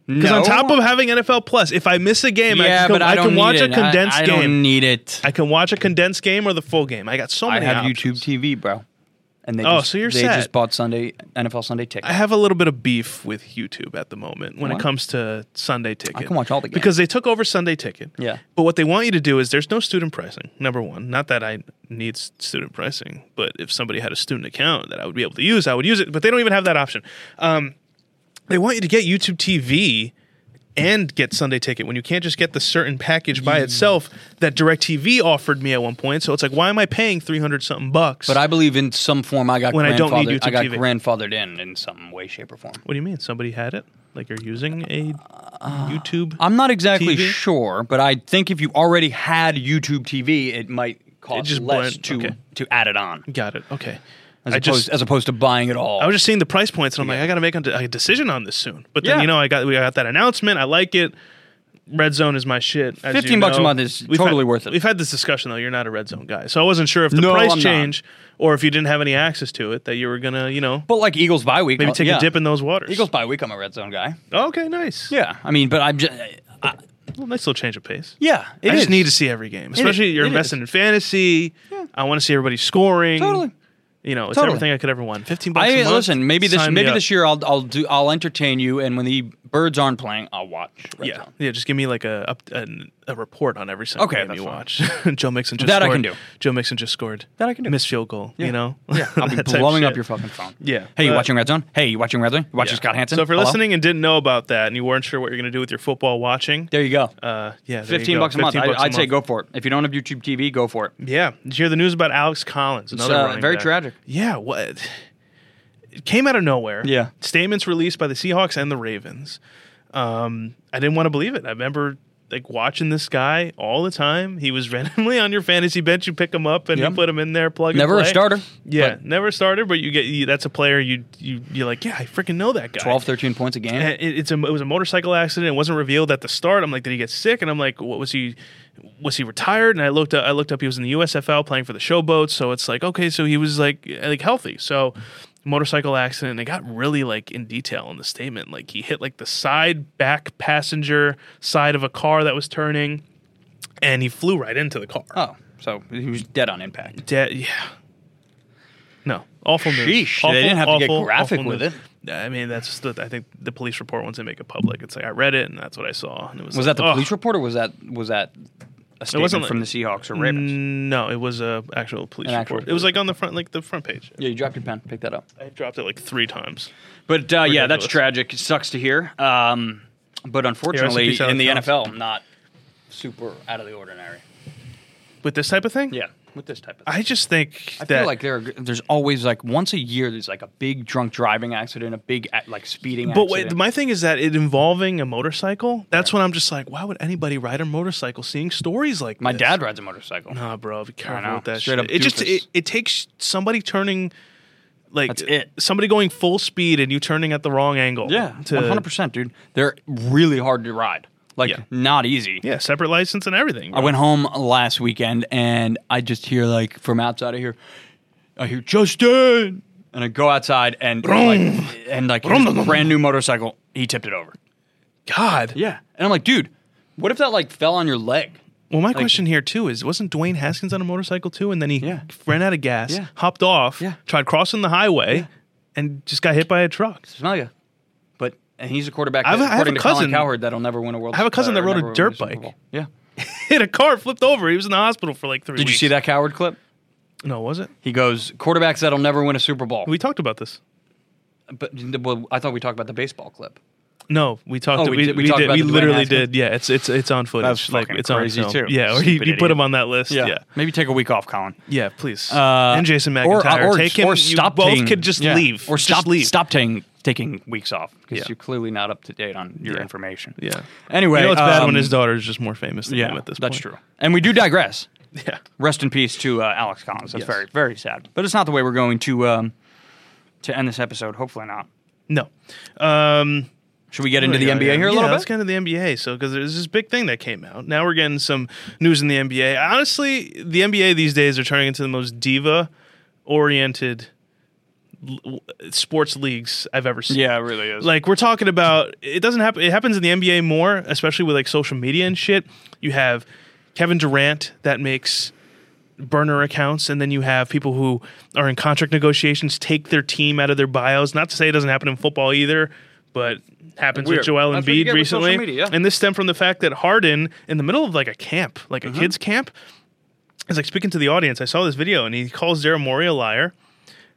Because because on top of having NFL Plus, if I miss a game, I yeah, can, go- but I, I don't can need watch a it. I- condensed I, game. don't need it. I can watch a condensed game or the full game. I got so I many. have options. YouTube TV, bro. And they Oh, just, so you're they set. just bought Sunday NFL Sunday ticket. I have a little bit of beef with YouTube at the moment when Why? it comes to Sunday Ticket. can watch all the games. because they took over Sunday Ticket. Yeah. But what they want you to do is there's no student pricing. Number one, not that I need s- student pricing, but if somebody had a student account that I would be able to use, I would use it. But they don't even have that option. Um, they want you to get YouTube TV and get Sunday Ticket when you can't just get the certain package Mm. by itself that DirecTV offered me at one point. So it's like, why am I paying three hundred something bucks? but I believe in some form I got When I don't need grandfathered- I YouTube got TV. grandfathered in in some way, shape, or form. What do you mean? Somebody had it? Like you're using a YouTube? I'm not exactly TV? sure, but I think if you already had YouTube TV, it might cost just less blend- to okay. to add it on Got it. Okay. as I opposed just as opposed to buying it all. I was just seeing the price points, and I'm like, I got to make a, a decision on this soon. But then Yeah. you know, I got we got that announcement. I like it. Red Zone is my shit. as you 15 bucks a know. month is We've totally had- worth it. We've had this discussion though. You're not a Red Zone guy, so I wasn't sure if the No, price I'm not. change or if you didn't have any access to it that you were gonna, you know, but like Eagles bye week, maybe uh, take yeah. a dip in those waters. Eagles bye week. I'm a red zone guy. Okay, nice. Yeah, I mean, but I'm just Well, nice little change of pace. yeah. it I is. just need to see every game, especially you're it is. investing in fantasy. I want to see everybody scoring. Totally. You know, it's Totally. everything I could ever want. Fifteen bucks. a I month, listen. Maybe this. sign me Maybe up. this year I'll I'll do I'll entertain you, and when the birds aren't playing, I'll watch. Red Yeah, Zone. yeah. Just give me like a up, an, a report on every single Okay, game that's you fine. watch. Joe Mixon just That I scored. can do. Joe Mixon just scored. That I can do. Missed field goal. You know. Yeah, I'll be That type blowing up shit. your fucking phone. Yeah, Hey, you but- watching Red Zone? Hey, you watching Red Zone? You watching Yeah. Scott Hansen? So if you're Hello? listening and didn't know about that, and you weren't sure what you're going to do with your football watching, there you go. uh, yeah, there you Fifteen go. bucks a month. 15 bucks I, a I'd say month. go for it. If you don't have YouTube TV, go for it. Yeah, did you hear the news about Alex Collins? Another uh, running very back. tragic. Yeah, what? It came out of nowhere. Yeah. statements released by the Seahawks and the Ravens. Um, I didn't want to believe it. I remember like watching this guy all the time. He was randomly on your fantasy bench. You pick him up and Yep. you put him in there. Plug Never a and play. starter, Yeah, but- never a starter. But you get you, that's a player you you you're like yeah I freaking know that guy. 12, 13 points a game. And it, it's a, it was a motorcycle accident. It wasn't revealed at the start. I'm like, did he get sick? And I'm like, what was he? Was he retired? And I looked up. I looked up. He was in the USFL playing for the Showboats. So it's like, okay, so he was like like healthy. So motorcycle accident. And they got really like in detail in the statement. Like he hit like the side back passenger side of a car that was turning, and he flew right into the car. oh, so he was dead on impact. Dead. Yeah. No. Awful news. Sheesh, they Awful, didn't have to get graphic awful with news. it. I mean, that's the, I think the police report wants to make it public. It's like I read it and that's what I saw. And it was Was like, that the ugh. police report or was that was that a statement wasn't like- from the Seahawks or Ravens? No, it was a actual police An actual report. it was police like on the front, like the front page. Yeah, you dropped your pen. Pick that up. I dropped it like three times. But uh, yeah, that's Ridiculous. tragic. It sucks to hear. Um, but unfortunately, peace, Alex in the Jones. NFL, not super out of the ordinary. With this type of thing, Yeah, with this type of. I just think I that feel like there are, there's always like once a year there's like a big drunk driving accident, a big a- like speeding. But accident. wait, my thing is that it involving a motorcycle. That's when I'm just like, why would anybody ride a motorcycle? Seeing stories like my this? dad rides a motorcycle. Nah, bro, be know. careful with that Straight shit. up it just doofus. it, it takes somebody turning like That's it. Somebody going full speed and you turning at the wrong angle. Yeah, to- one hundred percent, dude. They're really hard to ride. Like Yeah. not easy. Yeah, separate license and everything. I went home last weekend and I just hear like from outside of here, I hear Justin, and I go outside and like, and like his brand new motorcycle, he tipped it over. God. Yeah, and I'm like, dude, what if that like fell on your leg? Well, my question here too is, wasn't Dwayne Haskins on a motorcycle too? And then he Yeah. ran out of gas, Yeah. hopped off, Yeah. tried crossing the highway, and just got hit by a truck. Smell ya. But and he's a quarterback. I have that, a- I have according a to Colin cousin- Cowherd, that'll never win a world. I have a cousin uh, that rode a never win dirt Super bike. Bowl. Yeah. Hit a car, flipped over. He was in the hospital for like three. Did you see that Cowherd clip? that? No, was it? He goes quarterbacks that'll never win a Super Bowl. We talked about this. but well, I thought we talked about the baseball clip. No, we talked. Oh, we we did- did, we we, talked did- about we the Dwayne literally Haskins. did. Yeah, it's it's it's on footage. That's like fucking it's on crazy, film. too. Yeah, or he, Stupid he put idiot. him on that list. Yeah, yeah, Maybe take a week off, Colin. please. Uh, and Jason or- McIntyre, or, take him. or you stop both taking- could just yeah. leave or Just stop leave. stop taking taking weeks off because Yeah. you're clearly not up to date on your information. Yeah. Anyway, you know it's bad when um, his daughter is just more famous than yeah, him at this that's point. true. And we do digress. That's true. Yeah. Rest in peace to uh, Alex Collins. That's Yes. very very sad, but it's not the way we're going to um, to end this episode. Hopefully not. No. Um, Should we get into the yeah, NBA yeah. here a yeah, little Let's bit? get into the NBA. So, because there's this big thing that came out. Now we're getting some news in the NBA. Honestly, the NBA these days are turning into the most diva oriented sports leagues I've ever seen. yeah, it really is. Like we're talking about, it doesn't happen. It happens in the NBA more, especially with like social media and shit. You have Kevin Durant that makes burner accounts, and then you have people who are in contract negotiations take their team out of their bios. Not to say it doesn't happen in football either, but happens Weird. with Joel That's what you Embiid get with social recently. media, yeah. And this stemmed from the fact that Harden, in the middle of like a camp, like a Mm-hmm. kids camp, is like speaking to the audience. I saw this video, and he calls Daryl Morey a liar.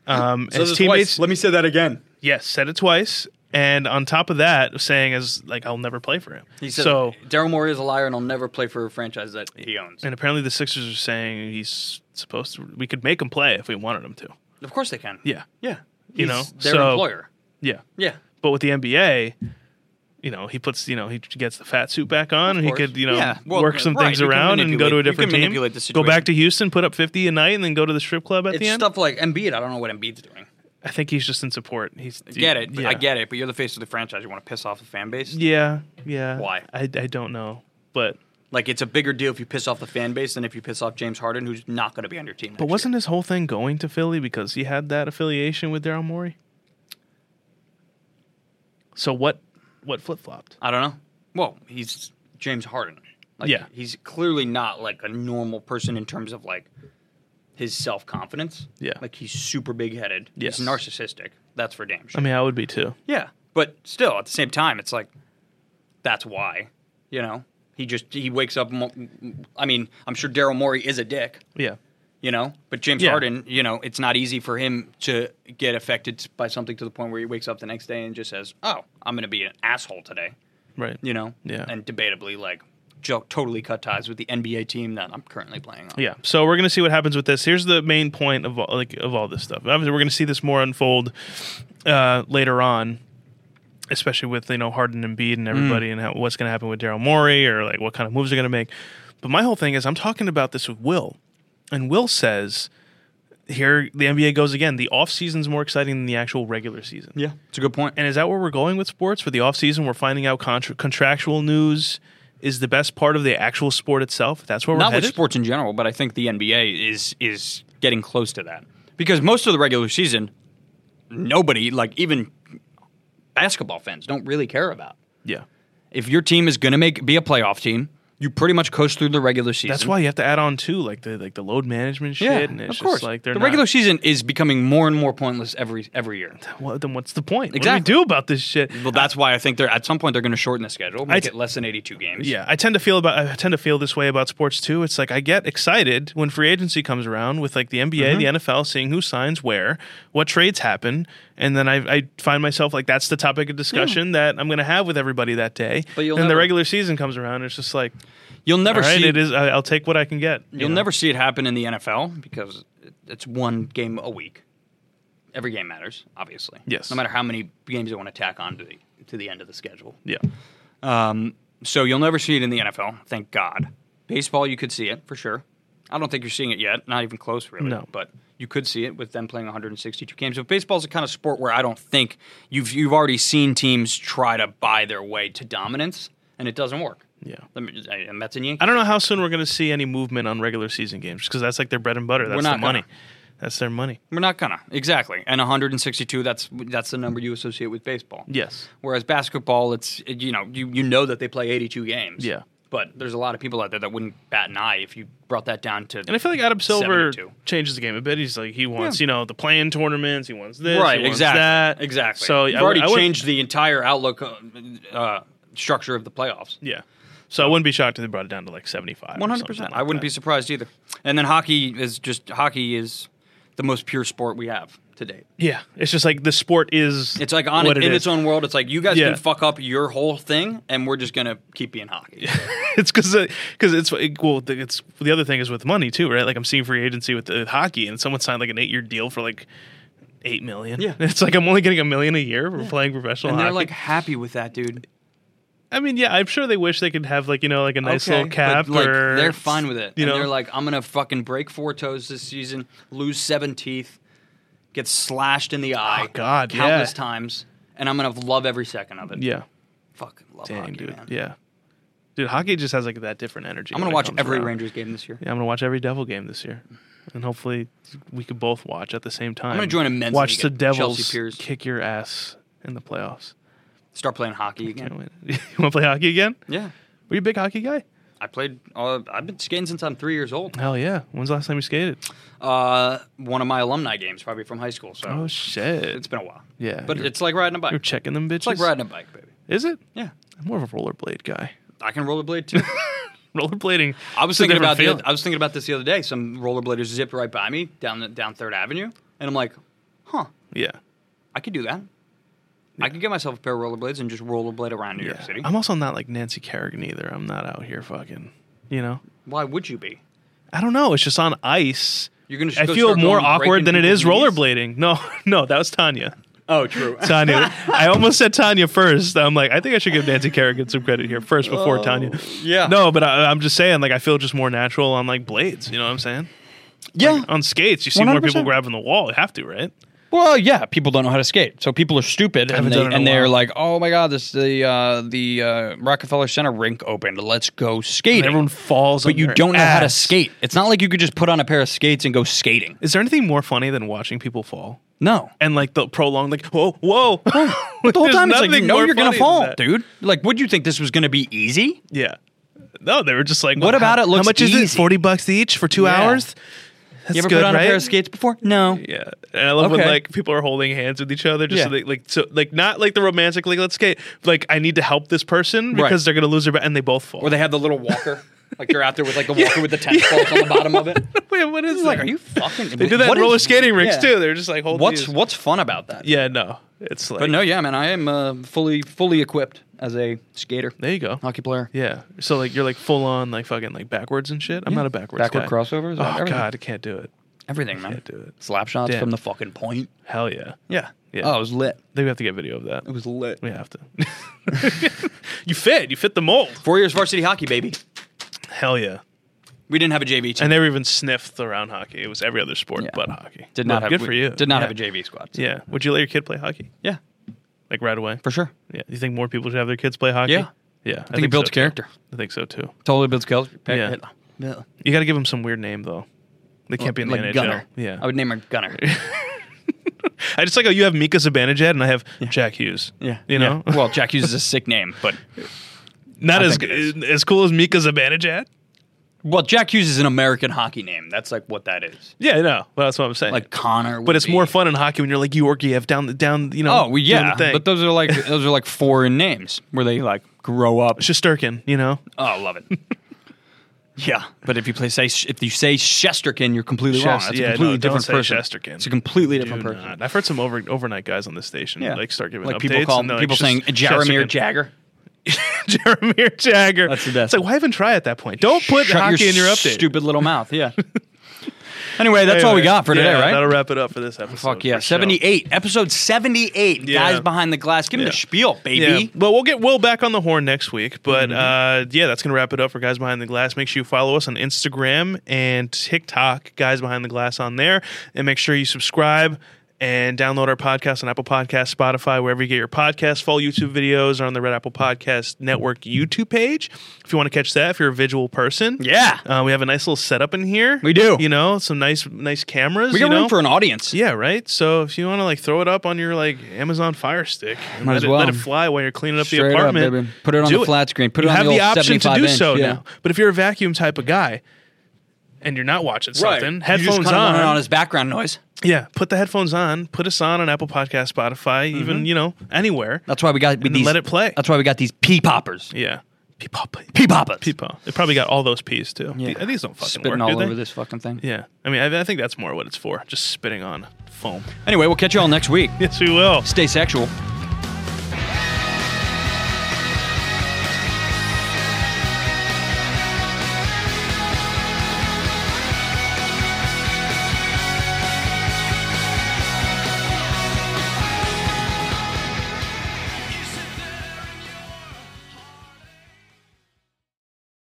Um, his teammates, me say that again. Yes, said it twice. And on top of that, saying is like I'll never play for him. He said, so Daryl Morey is a liar and I'll never play for a franchise that he owns. and apparently the Sixers are saying he's supposed to. We could make him play if we wanted him to. of course they can. Yeah, Yeah. He's You know, their so- employer. yeah. Yeah. But with the NBA, you know, he puts you know he gets the fat suit back on, and he course. could you know Yeah, well, work some right, things you can around and go to a manipulate- you different can team. manipulate the Go situation. back to Houston, put up fifty a night, and then go to the strip club at the It's end. stuff like Embiid. I don't know what Embiid's doing. I think he's just in support. He's Get it? yeah. I get it. But you're the face of the franchise. You want to piss off the fan base? Yeah, yeah. Why? I I don't know, but Like it's a bigger deal if you piss off the fan base than if you piss off James Harden, who's not going to be on your team. But wasn't his whole thing going to Philly because he had that affiliation with Daryl Morey? So what? What flip flopped? I don't know. Well, he's James Harden. Like, Yeah. He's clearly not like a normal person in terms of like his self confidence. Yeah. Like he's super big headed. Yes. He's narcissistic. That's for damn sure. I mean, I would be too. Yeah, but still, at the same time, it's like that's why, you know, he just he wakes up. mo- I mean, I'm sure Daryl Morey is a dick, Yeah, you know, but James Yeah. Harden, you know, it's not easy for him to get affected by something to the point where he wakes up the next day and just says, "Oh, I'm going to be an asshole today," right. you know, Yeah. and debatably like. Joe totally cut ties with the NBA team that I'm currently playing on. Yeah. So we're gonna see what happens with this. Here's the main point of all, like of all this stuff. Obviously, we're gonna see this more unfold uh, later on. especially with you know Harden and Bede Mm. and everybody, and how, what's going to happen with Daryl Morey or like what kind of moves they're going to make. But my whole thing is, I'm talking about this with Will, and Will says, "Here, the NBA goes again. The off season's more exciting than the actual regular season." Yeah, it's a good point. And is that where we're going with sports? For the off season, we're finding out contra- contractual news is the best part of the actual sport itself. That's where we're Not with headed. sports in general, but I think the NBA is is getting close to that because most of the regular season, nobody like even basketball fans don't really care about. Yeah. If your team is going to make be a playoff team, you pretty much coast through the regular season. That's why you have to add on too, like the like the load management shit, yeah, and it's of course. just like they're the not- regular season is becoming more and more pointless every every year. Well, then what's the point? What do Exactly. we do about this shit? Well, that's why I think they're at some point they're going to shorten the schedule, make t- it less than eighty-two games. Yeah, I tend to feel about I tend to feel this way about sports too. It's like I get excited when free agency comes around with like the NBA, Mm-hmm. the NFL, seeing who signs where, what trades happen, and then I, I find myself like that's the topic of discussion that I'm going to have with everybody that day. But you'll and the never- regular season comes around, it's just like you'll never all right, see it is. I, I'll take what I can get. you You'll know? never see it happen in the NFL because it- it's one game a week. Every game matters, obviously. Yes. No matter how many games they want to tack on to the to the end of the schedule. Yeah. Um, so you'll never see it in the NFL, thank God. Baseball, you could see it for sure. I don't think you're seeing it yet, not even close, really. No. But you could see it with them playing 162 games. But baseball's a kind of sport where I don't think you've you've already seen teams try to buy their way to dominance, and it doesn't work. Yeah. Let me, and Mets and Yankees. I don't know how soon we're going to see any movement on regular season games because that's like their bread and butter. That's We're not the money. gonna. That's their money. We're not gonna exactly. And 162. That's that's the number you associate with baseball. Yes. Whereas basketball, it's you know you you know that they play 82 games. Yeah. But there's a lot of people out there that wouldn't bat an eye if you brought that down to. And I feel like Adam Silver 72. changes the game a bit. He's like he wants, you know, the playing tournaments. He wants this. right. He wants Exactly. That. Exactly. So you've I, already already I would- changed the entire outlook uh, uh, structure of the playoffs. Yeah. So I wouldn't be shocked if they brought it down to like seventy-five. or One hundred something percent. like I wouldn't be that. surprised either. And then hockey is just hockey is the most pure sport we have to date. Yeah. It's just like the sport is. It's like on what in it its is. own world. It's like you guys Yeah. can fuck up your whole thing, and we're just gonna keep being hockey. it's because because it's well. the- It's the other thing is with money too, right? Like I'm seeing free agency with the hockey, and someone signed like an eight-year deal for like eight million. Yeah. It's like I'm only getting a million a year for playing professional and they're hockey. like happy with that, dude. I mean, yeah, I'm sure they wish they could have like you know like a nice little cap. but, like, or they're fine with it. You and know, they're like, I'm gonna fucking break four toes this season, lose seven teeth, get slashed in the eye, Oh, God, yeah. countless times, and I'm gonna love every second of it. yeah, fucking love dang, hockey, dude, man. yeah, dude, hockey just has like that different energy. I'm gonna when it watch comes every around. Rangers game this year. Yeah, I'm gonna watch every Devil game this year, and hopefully we could both watch at the same time. gonna join a men's watch league the at Devils Chelsea Piers. kick your ass in the playoffs. Start playing hockey Can't again. wait. you want to play hockey again? Yeah, Were you a big hockey guy? I played. Uh, I've been skating since I'm three years old. Hell yeah! When's the last time you skated? Uh, one of my alumni games, probably from high school. So Oh shit! it's been a while. Yeah, but you're- it's like riding a You're bike. checking them bitches. It's like riding a bike, baby. Is it? Yeah, I'm more of a rollerblade guy. I can rollerblade too. Rollerblading. I was it's a thinking different about the, feeling. oth- I was thinking about this the other day. Some rollerbladers zipped right by me down the, down Third Avenue, and I'm like, huh, yeah. I could do that. I could get myself a pair of rollerblades and just rollerblade around New York City. I'm also not like Nancy Kerrigan either. I'm not out here fucking, you know. Why would you be? I don't know. It's just on ice. You're gonna. Just I go feel start more going breaking awkward than it people's is knees? rollerblading. No, no, that was Tanya. Oh, true. Tanya. I almost said Tanya first. I'm like, I think I should give Nancy Kerrigan some credit here first Oh. before Tanya. yeah. No, but I, I'm just saying, like, I feel just more natural on like blades. You know what I'm saying? yeah. On skates, you see more people 100%. grabbing the wall. You have to, right? Well, yeah, people don't know how to skate, so people are stupid, haven't and, they, done it in a and they're while. like, "Oh my God, this the uh, the uh, Rockefeller Center rink opened. Let's go skating." Everyone falls. but on you their don't know how to ass. skate. It's not like you could just put on a pair of skates and go skating. Is there anything more funny than watching people fall? No, And like they'll prolong, like, whoa, whoa. the the whole time it's like, you know, you're gonna fall, dude. Like, would you think this was gonna be easy? Yeah. No, they were just like, What well, about how- it looks How much is it? easy? Forty bucks each for two Yeah. hours. That's you ever good, put on right? a pair of skates before? No. Yeah, and I love when Okay. like people are holding hands with each other, just so Yeah. they, like so like not like the romantic like let's skate. Like I need to help this person Right. because they're gonna lose their ba- and they both fall. Or they have the little walker, like they're out there with like the walker with the tennis balls on the bottom of it. Wait, what is It's that? like, are you fucking? They do that in roller skating rinks too. They're just like holding. What's these- what's fun about that? Yeah, no, it's like But no, yeah, man, I am uh, fully fully equipped as a skater, There you go. hockey player. Yeah, so like you're like full on like fucking like backwards and shit. I'm not a backwards Backward guy. crossovers, Oh everything. god, I can't do it. Everything, man. Can't do it. Slap shots Damn. from the fucking point. Hell yeah. Yeah. Yeah. Oh, it was lit. They have to get video of that. It was lit. We have to. you fit. You fit the mold. Four years varsity hockey, baby. Hell yeah. We didn't have a JV team. I never even sniffed around hockey. It was every other sport Yeah. but hockey. did not But have good we for you. Did not Yeah. have a JV squad. so- Yeah. Would you let your kid play hockey? yeah, Like right away? for sure. Yeah. You think more people should have their kids play hockey? Yeah. Yeah. I, I think, it builds so, too. character. I think so too. Totally builds character. Yeah. You got to give them some weird name though. They can't be in the like NHL. Gunner. Yeah. I would name her Gunner. I just like how you have Mika Zibanejad and I have Jack Hughes. You know? Well, Jack Hughes is a sick name, but Not I as think it is. as cool as Mika Zibanejad. well, Jack Hughes is an American hockey name. That's like what that is. Yeah, I know. Well, that's what I'm saying. Like Connor. would but it's be- more fun in hockey when you're like Georgiev down the down. You know. Oh, well, yeah. doing the thing. But those are like those are like foreign names where they like grow up. Shesterkin. You know. Oh, I love it. yeah, but if you play say if you say Shesterkin, you're completely wrong. Shest- That's yeah, a completely no, don't different say person. Shesterkin. It's a completely different Do person. not. I've heard some over, overnight guys on this station Yeah, like start giving like updates. people call and they're like, people "Shest- saying Jaromir Shesterkin." Jagger. Jaromir Jagger. That's the best. It's like why even try at that point? Don't put Shut hockey in your update. Stupid little mouth. Yeah. anyway, that's all we Anyway, got for today, yeah, right? That'll wrap it up for this episode. Fuck yeah. for sure. 78. Episode 78. Yeah. Guys behind the glass. Give me Yeah. the spiel, Yeah, baby. Mm-hmm. but we'll get Will back on the horn next week. But uh, yeah, that's gonna wrap it up for Guys Behind the Glass. Make sure you follow us on Instagram and TikTok, Guys Behind the Glass on there, and make sure you subscribe and download our podcast on Apple Podcasts, Spotify, wherever you get your podcasts. Follow YouTube videos on the Red Apple Podcast Network YouTube page if you want to catch that. If you're a visual person, Yeah. uh, we have a nice little setup in here. We do. you know, some nice, nice cameras. We got you know? room for an audience. Yeah, right. So if you want to like throw it up on your like Amazon Fire Stick, and Might let, as it, well. let it fly while you're cleaning up Straight the up, apartment. baby. Put it on do the flat screen. Put it you on have the the, old option to 75 do inch, so yeah. now. But if you're a vacuum type of guy and you're not watching something, you headphones just kinda on. want it on as background noise. yeah, put the headphones on. Put us on on Apple Podcast, Spotify, even you know anywhere. Mm-hmm. That's why we got then these. let it play. That's why we got these pee poppers. yeah, people, Pee poppers. people. They probably got all those P's too. Yeah. Yeah. These don't fucking Spitting work, all do over they? this fucking thing. Yeah, I mean, I, I think that's more what it's for. Just spitting on foam. Anyway, we'll catch you all next week. Yes, we will. Stay sexual.